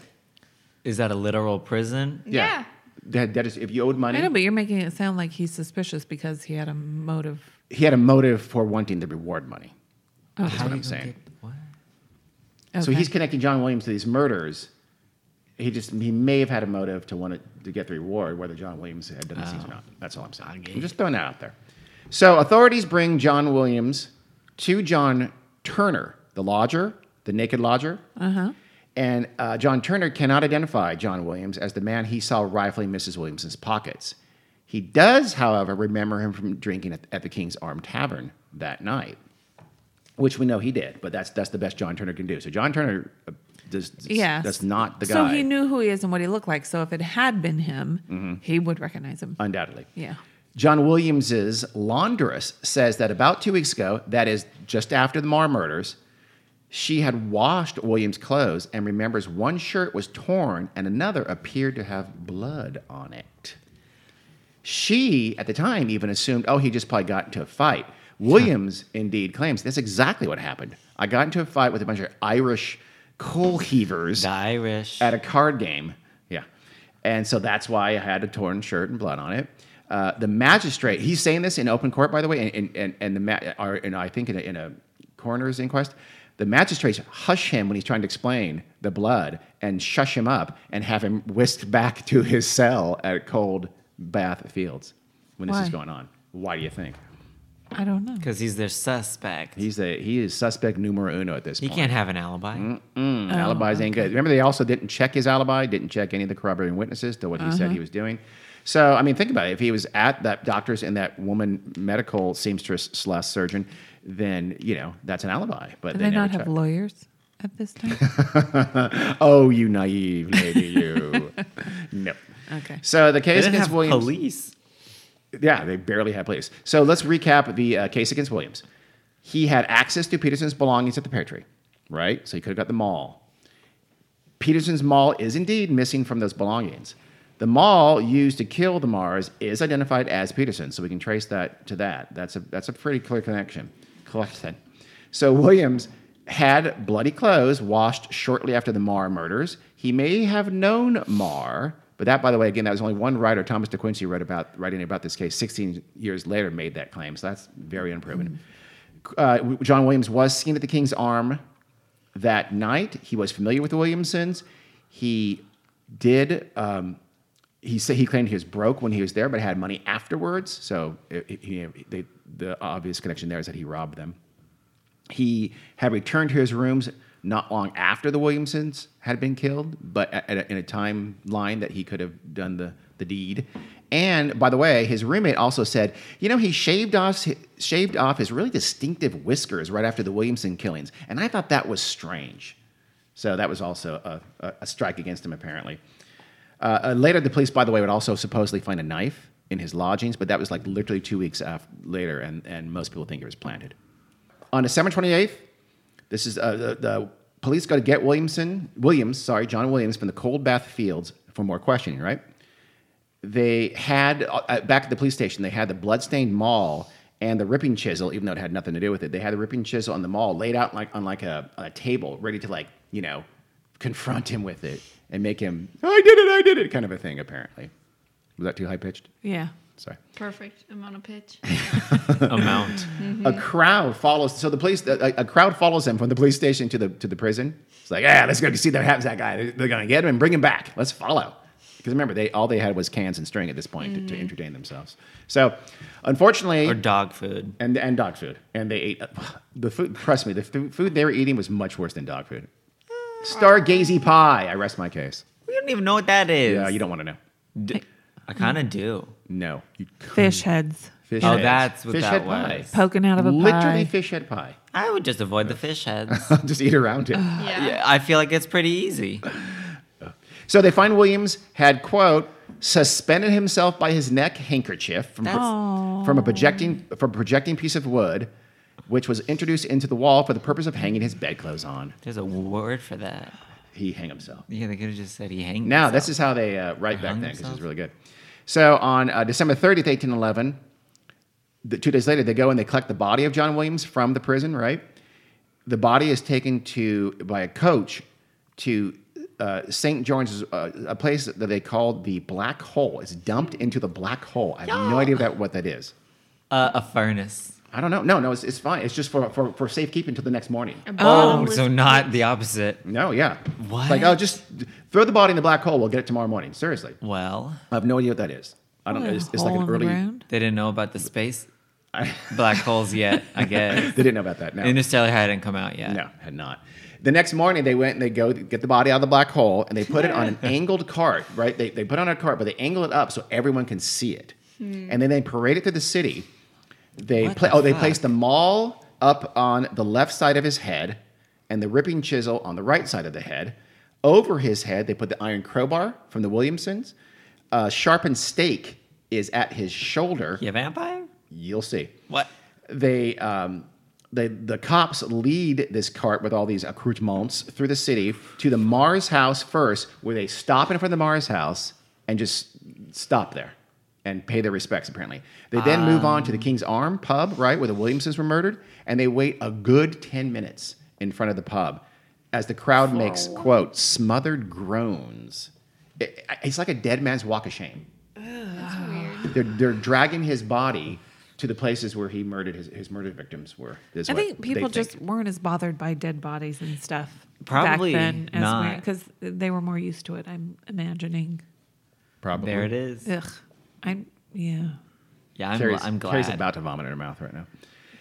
C: Is that a literal prison?
E: Yeah.
B: That- that is- if you owed money,
A: I know, but you're making it sound like he's suspicious because he had a motive.
B: he had a motive for wanting the reward money.
A: Oh,
B: That's what I'm saying.
C: What?
B: So he's connecting John Williams to these murders. He just he may have had a motive to want it, to get the reward, whether John Williams had done these things or not. That's all I'm saying. I'm just throwing that out there. So authorities bring John Williams to John Turner, the lodger, the naked lodger. Uh-huh. And uh, John Turner cannot identify John Williams as the man he saw rifling Mrs. Williamson's pockets. He does, however, remember him from drinking at, at the King's Arm Tavern that night which we know he did, but that's that's the best John Turner can do. So John Turner uh, does
A: yeah,
B: that's not the guy. Mm-hmm.
A: So he knew who he is and what he looked like. So if it had been him, he would recognize him.
B: undoubtedly.
A: yeah.
B: John Williams's laundress says that about two weeks ago, that is just after the Marr murders, she had washed Williams' clothes and remembers one shirt was torn and another appeared to have blood on it. She, at the time, even assumed, oh, he just probably got into a fight. Williams indeed claims that's exactly what happened. I got into a fight with a bunch of Irish coal heavers
C: The Irish.
B: at a card game. Yeah. And so that's why I had a torn shirt and blood on it. Uh, the magistrate, he's saying this in open court, by the way, and, and, and, the ma- or, and I think in a, in a coroner's inquest. The magistrates hush him when he's trying to explain the blood and shush him up and have him whisked back to his cell at Cold Bath Fields when this
A: Why?
B: is going on. Why do you think?
A: I don't know.
C: Because he's their suspect.
B: He's a, he is suspect numero uno at this
C: he
B: point.
C: can't have an alibi.
B: Alibis ain't good. Remember, they also didn't check his alibi, didn't check any of the corroborating witnesses to what he said he was doing. So, I mean, think about it. If he was at that doctor's and that woman medical seamstress slash surgeon, then, you know, that's an alibi. But
A: Did
B: they,
A: they
B: never
A: not have
B: checked.
A: lawyers?
F: at this time?
B: Oh, you naive lady, you. no.
F: Okay.
B: So the case
C: They didn't
B: against
C: have
B: Williams.
C: police.
B: Yeah, they barely had police. So let's recap the uh, case against Williams. He had access to Peterson's belongings at the pear tree, right? So he could have got the mall. Peterson's mall is indeed missing from those belongings. The mall used to kill the Mars is identified as Peterson, so we can trace that to that. That's a that's a pretty clear connection. Collection. So Williams had bloody clothes washed shortly after the Marr murders. He may have known Marr, but that, by the way, again, that was only one writer, Thomas De Quincey, wrote about writing about this case 16 years later, made that claim. So that's very unproven. Uh, w- John Williams was seen at the King's Arm that night. He was familiar with the Williamsons. He did. Um, he said he claimed he was broke when he was there, but had money afterwards. So it, it- he, they, the obvious connection there is that he robbed them. He had returned to his rooms not long after the Williamsons had been killed, but at, at a, in a timeline that he could have done the, the deed. And by the way, his roommate also said, you know, he shaved off shaved off his really distinctive whiskers right after the Williamson killings, and I thought that was strange. So that was also a, a, a strike against him, apparently. Uh, uh, later, the police, by the way, would also supposedly find a knife in his lodgings, but that was like literally two weeks af- later, and, and most people think it was planted. On December 28th, this is uh, the, the police go to get Williamson, Williams, sorry, John Williams from the Cold Bath Fields for more questioning, right? They had, uh, uh, back at the police station, they had the bloodstained maul and the ripping chisel, even though it had nothing to do with it. They had the ripping chisel and the maul laid out like on like a, a table, ready to like, you know, confront him with it and make him, I did it, I did it, kind of a thing, apparently. Was that too high pitched?
A: Yeah.
B: Sorry.
E: Perfect. I'm on a pitch.
C: Amount.
B: A crowd follows. So the police, a, a crowd follows them from the police station to the to the prison. It's like, yeah, let's go see that happens. That guy, They're- they're gonna get him and bring him back. Let's follow. Because remember, they all they had was cans and string at this point
A: Mm.
B: to, to entertain themselves. So, unfortunately,
C: or dog food.
B: and and dog food, and they ate the food. Trust me, the fu- food they were eating was much worse than dog food. Stargazy pie. I rest my case.
C: We don't even know what that is.
B: Yeah, you don't want to know.
C: I kind of do.
B: No, you
A: Fish heads
B: fish.
C: Oh,
B: heads.
C: that's what
B: fish
C: that
B: head
C: was.
B: pie.
A: poking out of a
B: Literally
A: pie.
B: fish head pie.
C: I would just avoid the fish heads.
B: Just eat around it.
E: Yeah.
C: yeah, I feel like it's pretty easy.
B: So they find Williams had, quote, suspended himself by his neck handkerchief from, from a projecting from a projecting piece of wood, which was introduced into the wall for the purpose of hanging his bedclothes on.
C: There's a word for that.
B: He hang himself.
C: Yeah, they could have just said he hanged.
B: Now,
C: himself.
B: this is how they uh, write back
C: hung
B: then, because it's
C: themselves?
B: really good. So on uh, December 30th, 1811, the, two days later, they go and they collect the body of John Williams from the prison, right? The body is taken to by a coach to uh, St. John's, uh, a place that they called the Black Hole. It's dumped into the Black Hole. I have no idea that, what that is.
C: uh, a furnace.
B: I don't know. No, no, it's, it's fine. It's just for, for, for safekeeping until the next morning.
C: Oh, so not the opposite.
B: No, yeah.
C: What?
B: Like, oh, just throw the body in the black hole. We'll get it tomorrow morning. Seriously.
C: Well,
B: I have no idea what that is. I don't know. It's, it's like an early.
C: they didn't know about the space black holes yet. I guess
B: They didn't know about that. No,
C: Interstellar hadn't come out yet.
B: no, had not. The next morning, they went and they go get the body out of the black hole, and they put it on an angled cart. Right? They they put it on a cart, but they angle it up so everyone can see it, and then they parade it through the city. They
C: Hmm. What
B: pla-
C: the
B: oh they
C: fuck?
B: placed the maul up on the left side of his head, and the ripping chisel on the right side of the head. Over his head, they put the iron crowbar from the Williamsons. A sharpened stake is at his shoulder.
C: You a vampire?
B: You'll see
C: What?
B: they um, they the cops lead this cart with all these accoutrements through the city to the Mars house first, where they stop in front of the Mars house and just stop there and pay their respects. Apparently, they then move on to the King's Arm pub, right where the Williamsons were murdered, and they wait a good ten minutes in front of the pub as the crowd makes quote smothered groans. It- it's like a dead man's walk of shame. They're, they're dragging his body to the places where he murdered his, his murder victims were. is
A: I
B: what
A: think
B: they
A: people just weren't as bothered by dead bodies and stuff
C: Probably
A: back then as
C: not.
A: because they were more used to it. I'm imagining.
B: probably
C: There it is.
A: Ugh, I'm yeah.
C: Yeah, I'm,
B: Carrie's,
C: I'm
B: Carrie's
C: glad.
B: about to vomit in her mouth right now.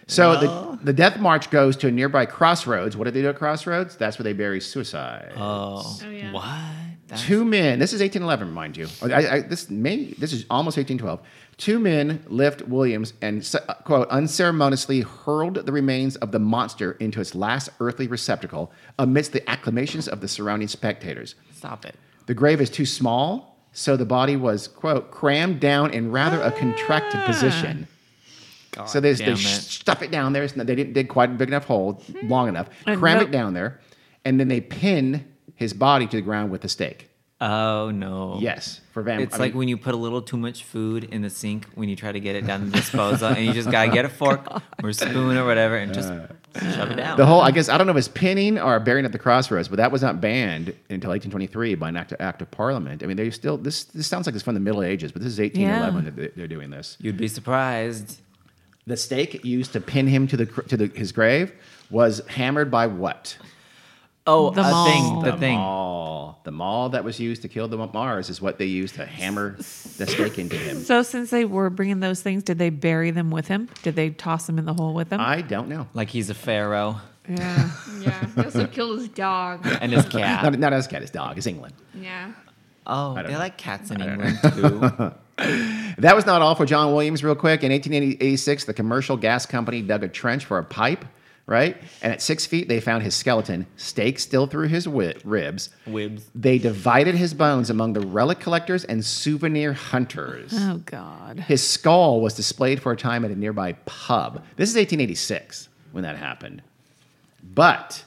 B: So
C: Well.
B: the, the death march goes to a nearby crossroads. What do they do at crossroads? That's where they bury suicides.
C: oh,
E: Oh, yeah.
C: what?
B: Two men. This is 1811, mind you. I, I, this may. This is almost 1812. Two men lift Williams and su- uh, quote unceremoniously hurled the remains of the monster into its last earthly receptacle amidst the acclamations of the surrounding spectators.
C: Stop it.
B: The grave is too small, so the body was quote crammed down in rather a contracted position. so they,
C: damn
B: they
C: it.
B: stuff it down there. It's not- They didn't dig quite a big enough hole, long enough. Cram
A: no-
B: it down there, and then they pin his body to the ground with a stake.
C: Oh no.
B: Yes, for Van.
C: It's
B: I
C: like
B: mean,
C: when you put a little too much food in the sink when you try to get it down the disposal, and you just gotta
B: Oh,
C: get a fork or spoon or whatever and just shove it down.
B: Uh, the whole. I guess I don't know if it's pinning or burying at the crossroads, but that was not banned until 1823 by an act, act of parliament. I mean, they still. This this sounds like it's from the Middle Ages, but this is 1811
A: Yeah.
B: that they- they're doing this.
C: You'd be surprised.
B: The stake used to pin him to the cr- to the, his grave was hammered by what?
C: Oh,
A: The
C: the
A: mall.
C: thing, the,
B: the
C: thing.
B: maul. The maul that was used to kill the Mars is what they used to hammer the stake into him.
A: So since they were bringing those things, did they bury them with him? Did they toss them in the hole with him?
B: I don't know.
C: Like he's a pharaoh
A: yeah.
E: Yeah. He also killed his dog.
C: and his
B: Not,
C: cat.
B: not as cat, it's dog, it's England.
E: Yeah.
C: Oh, they
B: know.
C: like cats in England too.
B: That was not all for John Williams, real quick. In 1886, the commercial gas company dug a trench for a pipe, right? And at six feet, they found his skeleton, staked still through his wi- ribs.
C: Wibs.
B: They divided his bones among the relic collectors and souvenir hunters.
A: Oh God.
B: His skull was displayed for a time at a nearby pub. This is 1886 when that happened. But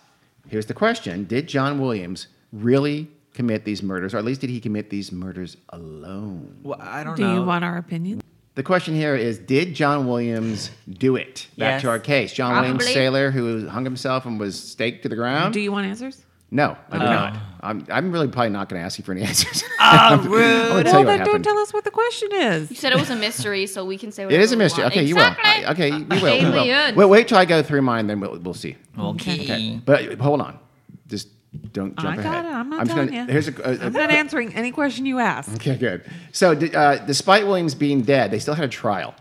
B: here's the question Did John Williams really commit these murders, or at least did he commit these murders alone?
C: Well, I don't
A: Do
C: know.
A: you want our opinion?
B: The question here is Did John Williams do it? Back
C: Yes.
B: to our case. John Williams
E: Probably.
B: Sailor, who hung himself and was staked to the ground?
A: Do you Oh. want answers?
B: no, I do not. I'm, I'm really probably not going to ask you for any answers.
C: oh,
B: I'm gonna tell
C: rude.
A: Well,
B: you what
A: then
B: happened.
A: don't tell us what the question
E: You
A: is.
E: said it was a mystery, so we can say
B: It
E: whatever
B: is a
E: we
B: mystery.
E: want.
B: Okay,
E: exactly.
B: you will. Okay, you will. You will.
E: Alien.
B: Wait, wait till I go through mine, then we'll, we'll see.
C: Okay.
B: But hold on, just don't jump
A: I got
B: ahead.
A: it. I'm not
B: just
A: telling
B: gonna-
A: you.
B: Here's a, a-
A: I'm not answering any question you ask.
B: okay, good. So, d- uh, despite Williams being dead, they still had a trial.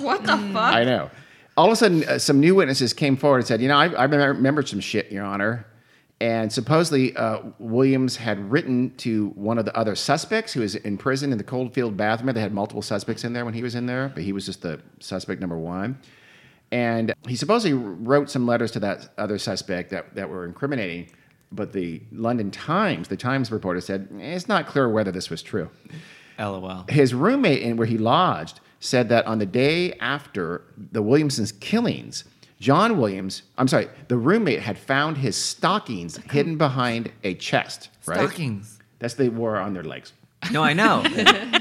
E: What the
A: Mm.
E: fuck?
B: I know. All of a sudden, uh, some new witnesses came forward and said, "You know, I, I remember, remembered some shit, Your Honor." And supposedly, uh, Williams had written to one of the other suspects who was in prison in the Coldfield bathroom. They had multiple suspects in there when he was in there, but he was just the suspect number one. And he supposedly wrote some letters to that other suspect that, that were incriminating. But the London Times, the Times reporter said, "Eh, it's not clear whether this was true
C: LOL.
B: his roommate in where he lodged said that on the day after the Williamson's killings, John Williams, I'm sorry, the roommate had found his stockings hidden behind a chest, right?
C: Stockings.
B: That's they wore on their legs.
C: No, I know.
E: That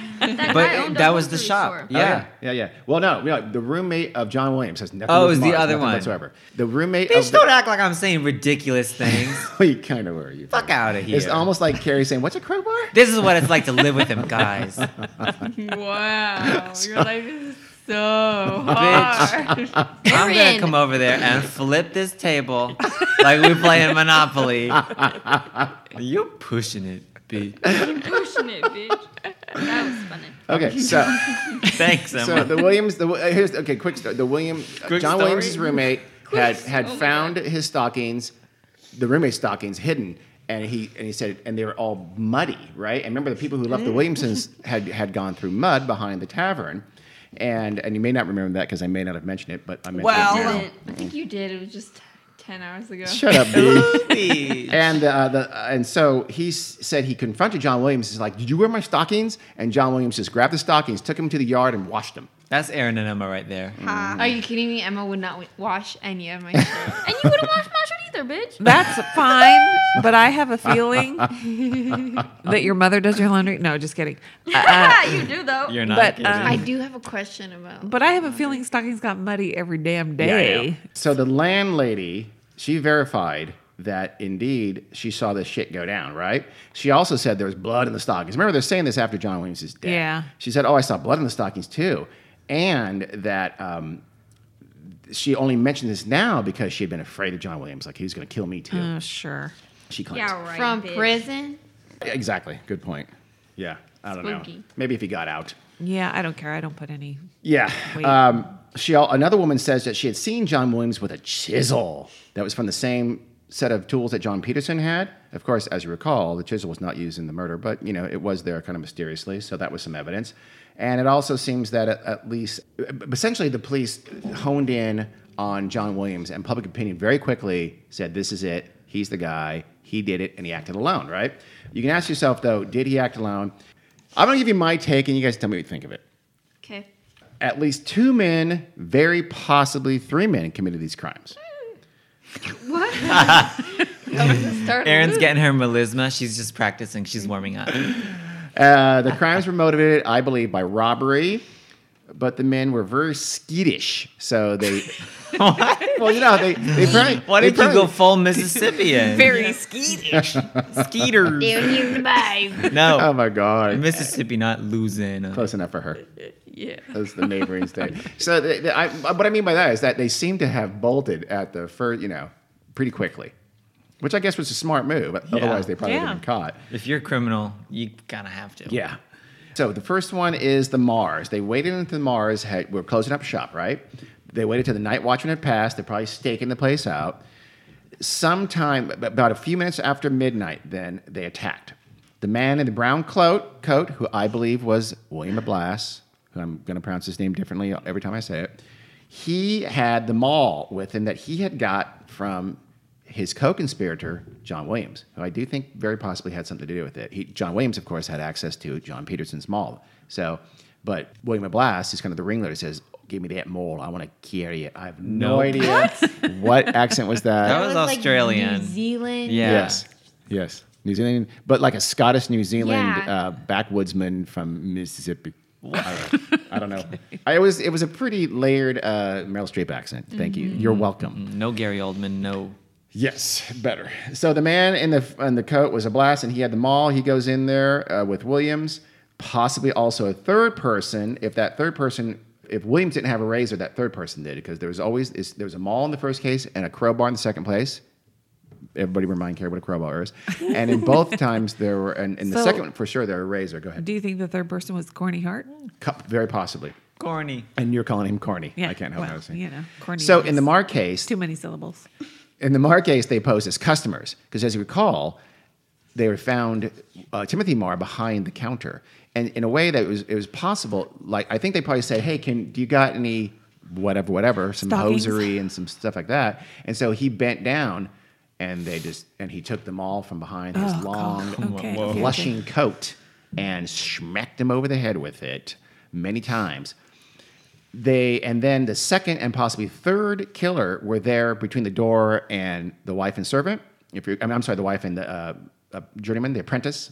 C: But
E: guy owned a
C: that was the
E: grocery
C: shop.
E: store.
C: Yeah.
B: Oh, yeah, yeah. Well, no, no, the roommate of John Williams has nothing.
C: Oh,
B: with
C: it was the
B: Mars,
C: other
B: nothing
C: one.
B: whatsoever. The roommate
C: Bitch,
B: of the,
C: don't act like I'm saying ridiculous things.
B: you kind of were. You
C: Fuck out of here.
B: It's almost like Carrie saying, "What's a crowbar?"
C: This is what it's like to live with him, guys.
D: Wow. Your life is so
C: Bitch. I'm gonna
E: Aaron.
C: come over there and flip this table like we play in Monopoly. You're pushing it, B.
E: Pushing it, bitch. That was funny.
B: Okay, so.
C: Thanks, Emma.
B: So the Williams, the uh, here's okay. Quick story. The William uh,
C: Quick
B: John
C: story?
B: Williams' roommate had had
E: Oh my
B: found his stockings, the roommate's stockings hidden, and he and he said, and they were all muddy, right? And remember, the people who left the Williamsons had had gone through mud behind the tavern, and and you may not remember that because I may not have mentioned it, but I mentioned
C: Well-
B: it.
E: I
B: now.
E: didn't. I think you did. It was just ten hours ago.
B: shut up, B.
C: Please.
B: And uh, the uh, and so he s- said he confronted John Williams. He's like, "Did you wear my stockings?" And John Williams just grabbed the stockings, took him to the yard, and washed them.
C: That's Aaron and Emma right there.
E: Are you kidding me? Emma would not wa- wash any of my shit, and you wouldn't wash my shirt either, bitch.
A: That's fine, but I have a feeling that your mother does your laundry. No, just kidding. Uh,
E: you do though.
C: You're not
A: But,
C: kidding.
A: um,
E: I do have a question about.
A: but I have a feeling stockings got muddy every damn day.
B: So the landlady, she verified that indeed she saw this shit go down, right? She also said there was blood in the stockings. Remember, they're saying this after John Williams is dead.
A: Yeah.
B: She said, Oh, I saw blood in the stockings too. And that um, she only mentioned this now because she had been afraid of John Williams. Like, he was going to kill me too.
A: Oh, sure.
B: she claims.
E: yeah, right. From
D: bitch.
E: prison.
B: Exactly. Good point. Yeah. I don't know.
E: Spooky.
B: Maybe if he got out.
A: Yeah, I don't care. I don't put any.
B: Yeah.
A: Wait.
B: Um, she al- another woman says that she had seen John Williams with a chisel that was from the same set of tools that John Peterson had, Of course, as you recall, the chisel was not used in the murder, but you know it was there kind of mysteriously, so that was some evidence. And it also seems that at, at least, essentially, the police honed in on John Williams, and public opinion very quickly said, "This is it. He's the guy. He did it, and he acted alone." Right? You can ask yourself though, did he act alone? I'm gonna give you my take, and you guys tell me what you think of it
E: Okay.
B: at least two men, very possibly three men, committed these crimes.
E: Start
C: Erin's getting her melisma. She's just practicing. She's warming up.
B: Uh, the crimes were motivated, I believe, by robbery, but the men were very skittish. So they. Well, you know, they, they probably.
C: Why
B: they
C: did you
B: probably-
C: go full Mississippian?
A: Very skeetish.
C: Skeeter.
E: down here the vibe.
B: Oh
C: No.
B: my God.
C: Mississippi not losing.
B: Close enough for her.
A: yeah.
B: That's the neighboring state. So they, they, I, what I mean by that is that they seem to have bolted at the first, you know, pretty quickly, which I guess was a smart move. Otherwise, they probably would
A: Yeah.
B: have been caught.
C: If you're a criminal, you kind of have to.
B: Yeah. So the first one is the Mars. They waited until the Mars had, were closing up shop, right? They waited till the night watchman had passed. They're probably staking the place out. Sometime, ab- about a few minutes after midnight, then they attacked. The man in the brown cloak, coat, who I believe was William Ablas, who I'm going to pronounce his name differently every time I say it, he had the mall with him that he had got from his co-conspirator John Williams, who I do think very possibly had something to do with it. He, John Williams, of course, had access to John Peterson's mall. So, but William Blast is kind of the ringleader. Says, "Give me that mall. I want to carry it." I have no
C: Nope.
B: idea what accent was that.
C: That was
E: like,
C: Australian.
E: New Zealand.
C: Yeah.
B: Yes, yes, New Zealand, but like a Scottish New Zealand
E: Yeah.
B: uh, backwoodsman from Mississippi. I don't know. I don't know. I was. It was a pretty layered uh, Meryl Streep accent. Thank you. You're welcome.
C: No Gary Oldman. No.
B: Yes, better. So the man in the in the coat was a blast, and he had the mall. He goes in there uh, with Williams, possibly also a third person. If that third person, if Williams didn't have a razor, that third person did because there was always is there was a mall in the first case and a crowbar in the second place. Everybody remind Carrie what a crowbar is, and in both times there were, and in the
A: So-
B: second one for sure there were a razor. Go ahead,
A: Do you think the third person was Corny Hart?
B: Cup, very possibly.
C: Corny.
B: And you're calling him corny.
A: Yeah.
B: I can't help
A: well,
B: noticing.
A: You know, Corny.
B: So in the
A: is
B: Mar case,
A: too many syllables.
B: in the Marr case, they posed as customers because, as you recall, they were found uh, Timothy Marr behind the counter, and in a way that it was it was possible. Like I think they probably said, "Hey, can do you got any whatever, whatever, some
A: Stockings.
B: hosiery and some stuff like that?" And so he bent down, and they just and he took them all from behind his
A: Oh,
B: long,
A: God. Okay, Whoa. okay,
B: flushing coat and smacked him over the head with it many times they and then the second and possibly third killer were there between the door and the wife and servant. If you, I mean, I'm sorry, the wife and the uh, uh, journeyman, the apprentice,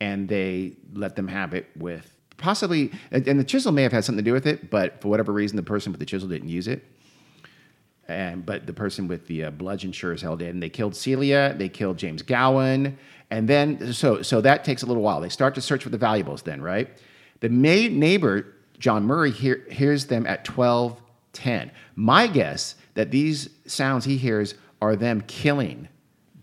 B: and they let them have it with possibly. And and the chisel may have had something to do with it, but for whatever reason, the person with the chisel didn't use it. And but the person with the uh, bludgeon sure as hell did. And they killed Celia. They killed James Gowan. And then so so that takes a little while. They start to search for the valuables. Then right, the maid neighbor John Murray hear, hears them at twelve ten. My guess that these sounds he hears are them killing,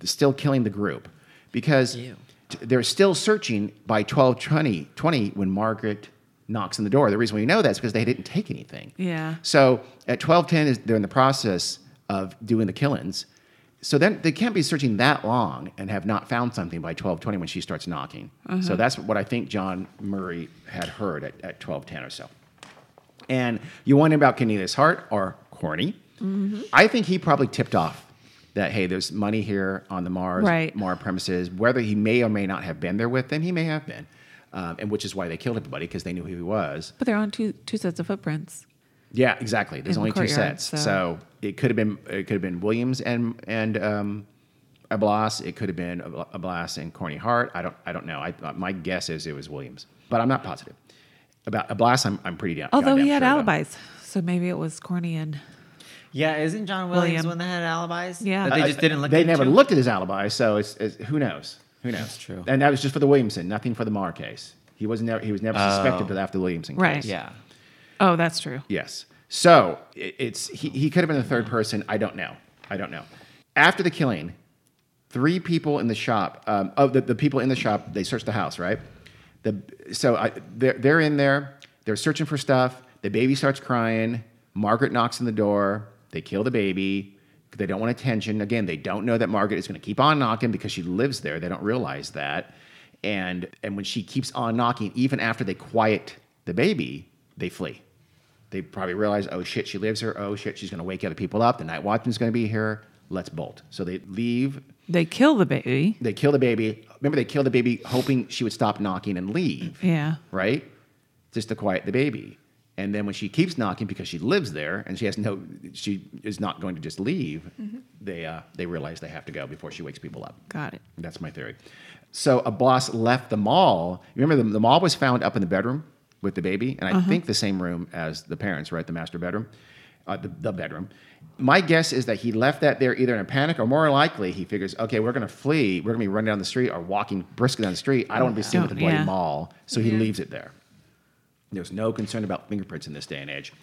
B: still killing the group, because t- they're still searching by twelve twenty twenty when Margaret knocks on the door. The reason we know that is because they didn't take anything.
A: Yeah.
B: So at twelve ten is they're in the process of doing the killings. So then they can't be searching that long and have not found something by twelve twenty when she starts knocking. So that's what I think John Murray had heard at, at twelve ten or so. And you wonder about Cornelius Hart or Corny. I think he probably tipped off that hey, there's money here on the Mars
A: Right.
B: Mars premises. Whether he may or may not have been there with them, he may have been, um, and which is why they killed everybody because they knew who he was.
A: But they're on two two sets of footprints.
B: Yeah, exactly. There's
A: in the
B: only two
A: courtyard,
B: sets,
A: so-
B: so. it could have been it could have been Williams and and um, Ablas. It could have been Ab- Ablas and Corny Hart. I don't I don't know. I, my guess is it was Williams, but I'm not positive about Ablas. I'm I'm pretty down.
A: Although
B: goddamn
A: he had
B: sure about.
A: alibis, so maybe it was Corny and
C: Yeah, isn't John Williams
A: William.
C: one that had alibis?
A: Yeah.
C: That they
B: Uh,
C: just didn't look.
B: They never
C: into?
B: looked at his alibi, so it's, it's who knows. Who knows?
C: That's true.
B: And that was just for the Williamson, nothing for the Marr case. He was never he was never
C: Oh.
B: suspected till after the Williamson case.
A: Right.
C: Yeah.
A: oh, that's true.
B: Yes. So it, it's he, he could have been the third person. I don't know. I don't know. After the killing, three people in the shop. Um, of the, the people in the shop, they searched the house, right? The so I, they're they're in there. They're searching for stuff. The baby starts crying. Margaret knocks on the door. They kill the baby. They don't want attention. Again, they don't know that Margaret is going to keep on knocking because she lives there. They don't realize that. And and when she keeps on knocking, even after they quiet the baby, they flee. They probably realize, oh shit, she lives here. Oh shit, she's going to wake other people up. The night watchman's going to be here. Let's bolt. So they leave
F: They kill the baby.
B: they kill the baby. Remember, they kill the baby hoping she would stop knocking and leave,
F: Yeah.
B: right? Just to quiet the baby. And then when she keeps knocking because she lives there and she has no, she is not going to just leave. They uh, they realize they have to go before she wakes people up.
F: Mm-hmm. Got it.
B: That's my theory. So a boss left the mall. Remember, the, the mall was found up in the bedroom with the baby, and I
F: Uh-huh.
B: think the same room as the parents, right? The master bedroom, uh, the, the bedroom. My guess is that he left that there either in a panic or more likely he figures, okay, we're going to flee. We're going to be running down the street or walking briskly down the street. I don't want to be seen with the
F: Don't-
B: bloody
F: Oh, yeah.
B: mall. So he leaves it there. There's no concern about fingerprints in this day and age.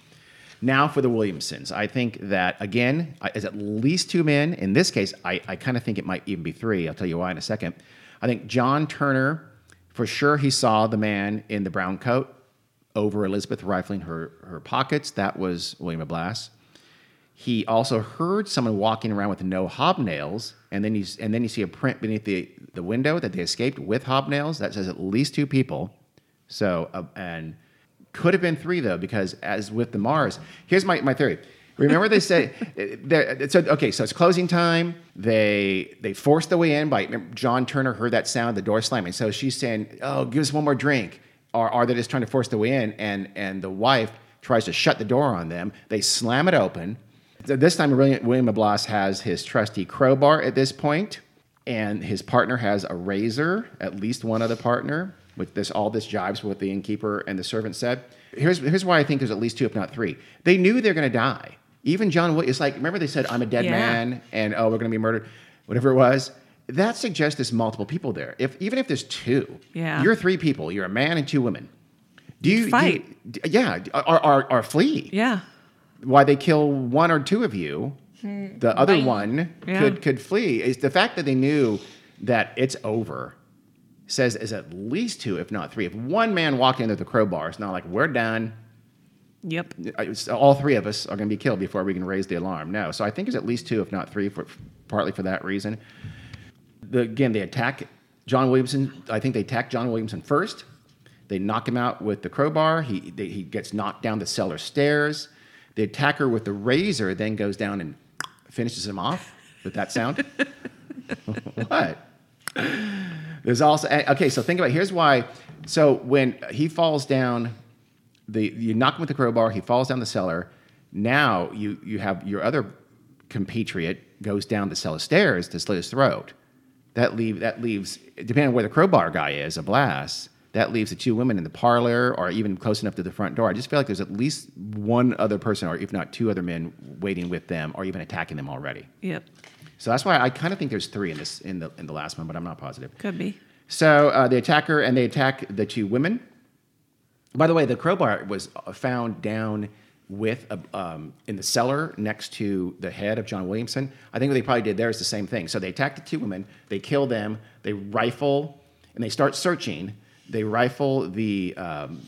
B: Now for the Williamsons. I think that, again, I- is at least two men. In this case, I, I kind of think it might even be three. I'll tell you why in a second. I think John Turner, for sure, he saw the man in the brown coat over Elizabeth rifling her, her pockets. That was William Blas. He also heard someone walking around with no hobnails, and then you s- and then you see a print beneath the, the window that they escaped with hobnails. That says at least two people. So uh, and could have been three though, because as with the Mars, here's my, my theory. Remember they say they're- so okay, so it's closing time. They they force the way in by remember, John Turner heard that sound, the door slamming. So she's saying, "Oh, give us one more drink," or are they just trying to force the way in? And and the wife tries to shut the door on them. They slam it open. So This time, William, William Blas has his trusty crowbar at this point, and his partner has a razor, at least one other partner. With this, all this jibes with what the innkeeper and the servant said. Here's, here's why I think there's at least two, if not three. They knew they're going to die. Even John Williams, like, remember they said, I'm a dead
F: Yeah.
B: man, and oh, we're going to be murdered, whatever it was. That suggests there's multiple people there. If Even if there's two,
F: Yeah.
B: you're three people, you're a man and two women. Do you do you-
F: fight.
B: d- yeah, d- or, or, or flee
F: Yeah.
B: why they kill one or two of you. The other one
F: Yeah.
B: could could flee. Is the fact that they knew that it's over says is at least two, if not three. If one man walked into the crowbar, it's not like we're done.
F: Yep.
B: I- it's- All three of us are going to be killed before we can raise the alarm. No, so I think it's at least two, if not three, for partly for that reason. The, again, they attack John Williamson. I think they attack John Williamson first. They knock him out with the crowbar. He they, he gets knocked down the cellar stairs. The attacker with the razor then goes down and finishes him off with that sound. what? There's also eh, okay. So think about it. here's why. So when he falls down, the you knock him with the crowbar. He falls down the cellar. Now you you have your other compatriot goes down the cellar stairs to slit his throat. That leave that leaves depending on where the crowbar guy is a blast. That leaves the two women in the parlor or even close enough to the front door. I just feel like there's at least one other person or if not two other men waiting with them or even attacking them already.
F: Yep.
B: So that's why I kind of think there's three in this in the in the last one, but I'm not positive.
F: Could be.
B: So uh, they attack her and they attack the two women. By the way, the crowbar was uh, found down with a, um, in the cellar next to the head of John Williamson. I think what they probably did there is the same thing. So they attack the two women, they kill them, they rifle, and they start searching. They rifle the um,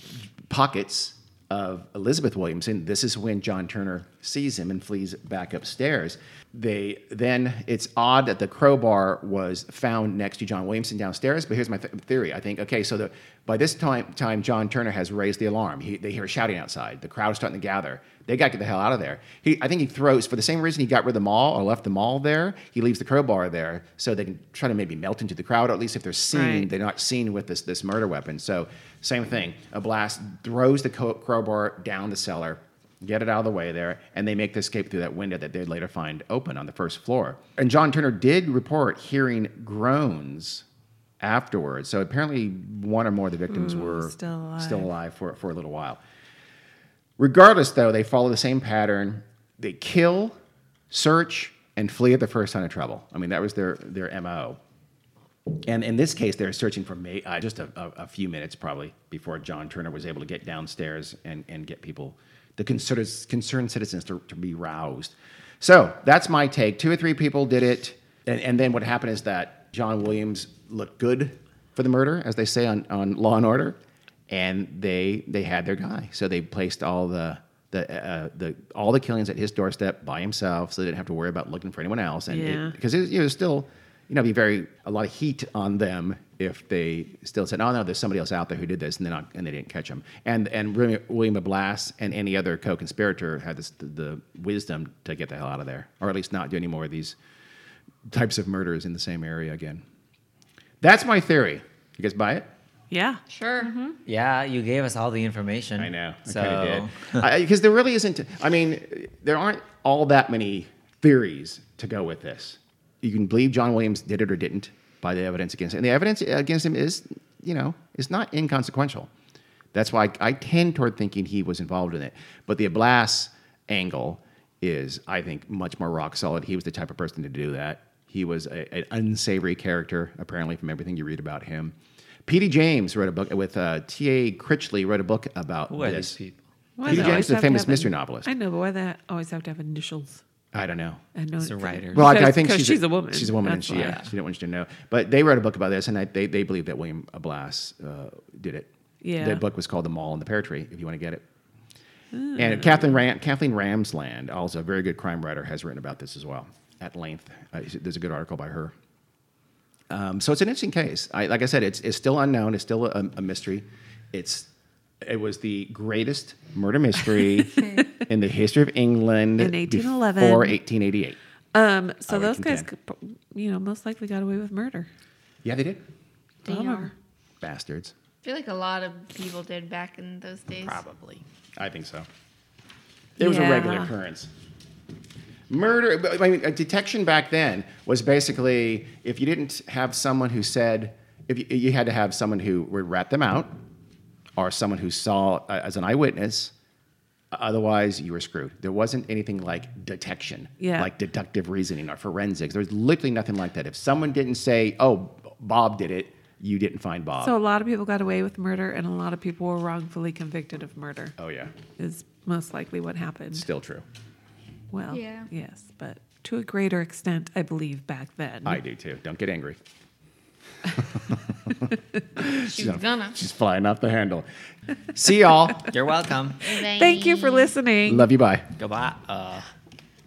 B: pockets of Elizabeth Williamson. This is when John Turner sees him and flees back upstairs. They then it's odd that the crowbar was found next to John Williamson downstairs. But here's my th- theory. I think okay, so the, by this time time John Turner has raised the alarm. He, they hear shouting outside. The crowd's starting to gather. They got to get the hell out of there. He, I think he throws for the same reason he got rid of the mall or left the mall there. He leaves the crowbar there so they can try to maybe melt into the crowd, or at least if they're seen,
F: Right.
B: they're not seen with this this murder weapon. So same thing. A blast throws the co- crowbar down the cellar, get it out of the way there, and they make the escape through that window that they later find open on the first floor. And John Turner did report hearing groans afterwards. So apparently, one or more of the victims were
F: Mm, still alive.
B: still alive for for a little while. Regardless, though, they follow the same pattern. They kill, search, and flee at the first sign of trouble. I mean, that was their their mo. And in this case, they're searching for ma- uh, just a, a, a few minutes probably before John Turner was able to get downstairs and, and get people, the concerned, concerned citizens, to, to be roused. So that's my take. Two or three people did it. And, and then what happened is that John Williams looked good for the murder, as they say on, on Law and Order, and they, they had their guy. So they placed all the, the uh, the all the killings at his doorstep by himself, so they didn't have to worry about looking for anyone else. And
F: Yeah.
B: because it, was- it was still, you know, be very a lot of heat on them if they still said, "Oh no, there's somebody else out there who did this," and then not, and they didn't catch him. And and William, William Blas and any other co-conspirator had this, the, the wisdom to get the hell out of there, or at least not do any more of these types of murders in the same area again. That's my theory. You guys buy it?
F: Yeah.
E: Sure.
C: Yeah, you gave us all the information.
B: I know.
C: So
B: Because there really isn't. I mean, there aren't all that many theories to go with this. You can believe John Williams did it or didn't by the evidence against him. And the evidence against him is, you know, is not inconsequential. That's why I, I tend toward thinking he was involved in it. But the Blas angle is, I think, much more rock solid. He was the type of person to do that. He was a, an unsavory character, apparently, from everything you read about him. P.D. James wrote a book with uh, T.A. Critchley wrote a book about
C: who are
B: this.
C: these people?
F: Why
B: Peter
F: does it
B: James
F: always
B: is a
F: have to
B: famous
F: have
B: mystery novelist.
F: I know, but why do they always have to have initials?
B: I don't know.
F: I know
C: It's a writer.
B: Well, I, I
F: Because-
B: think
F: because
B: she's,
F: she's a woman.
B: She's a woman,
F: That's
B: and she,
F: why.
B: yeah, she didn't want you to know. But they wrote a book about this, and I, they they believe that William Blas uh, did it.
F: Yeah.
B: Their book was called "The Mall and the Pear Tree." If you want to get it.
F: Hmm.
B: And Kathleen, Ram, Kathleen Ramsland, also a very good crime writer, has written about this as well at length. Uh, there's a good article by her. Um, so it's an interesting case. I, like I said, it's, it's still unknown. It's still a, a mystery. It's it was the greatest murder mystery in the history of England
F: In 1811.
B: before 1888.
F: Um, so
B: I would
F: those guys,
B: contend.
F: could, pro- you know, most likely got away with murder.
B: Yeah, they did.
F: Bummer.
B: Bastards.
E: I feel like a lot of people did back in those days.
C: Probably.
B: I think so. It was a
F: Yeah.
B: regular occurrence. Murder, but, I mean, a detection back then was basically if you didn't have someone who said, if you, you had to have someone who would rat them out or someone who saw uh, as an eyewitness, otherwise you were screwed. There wasn't anything like detection,
F: Yeah.
B: like deductive reasoning or forensics. There was literally nothing like that. If someone didn't say, oh, Bob did it, you didn't find Bob.
F: So a lot of people got away with murder, and a lot of people were wrongfully convicted of murder.
B: oh, yeah.
F: Is most likely what happened.
B: Still true.
F: Well,
E: Yeah.
F: yes, but to a greater extent, I believe back then.
B: I do too. Don't get angry.
E: She was gonna.
B: She's flying off the handle. See y'all.
C: You're welcome.
F: Thank you for listening.
B: Love you. Bye.
C: Goodbye. Uh,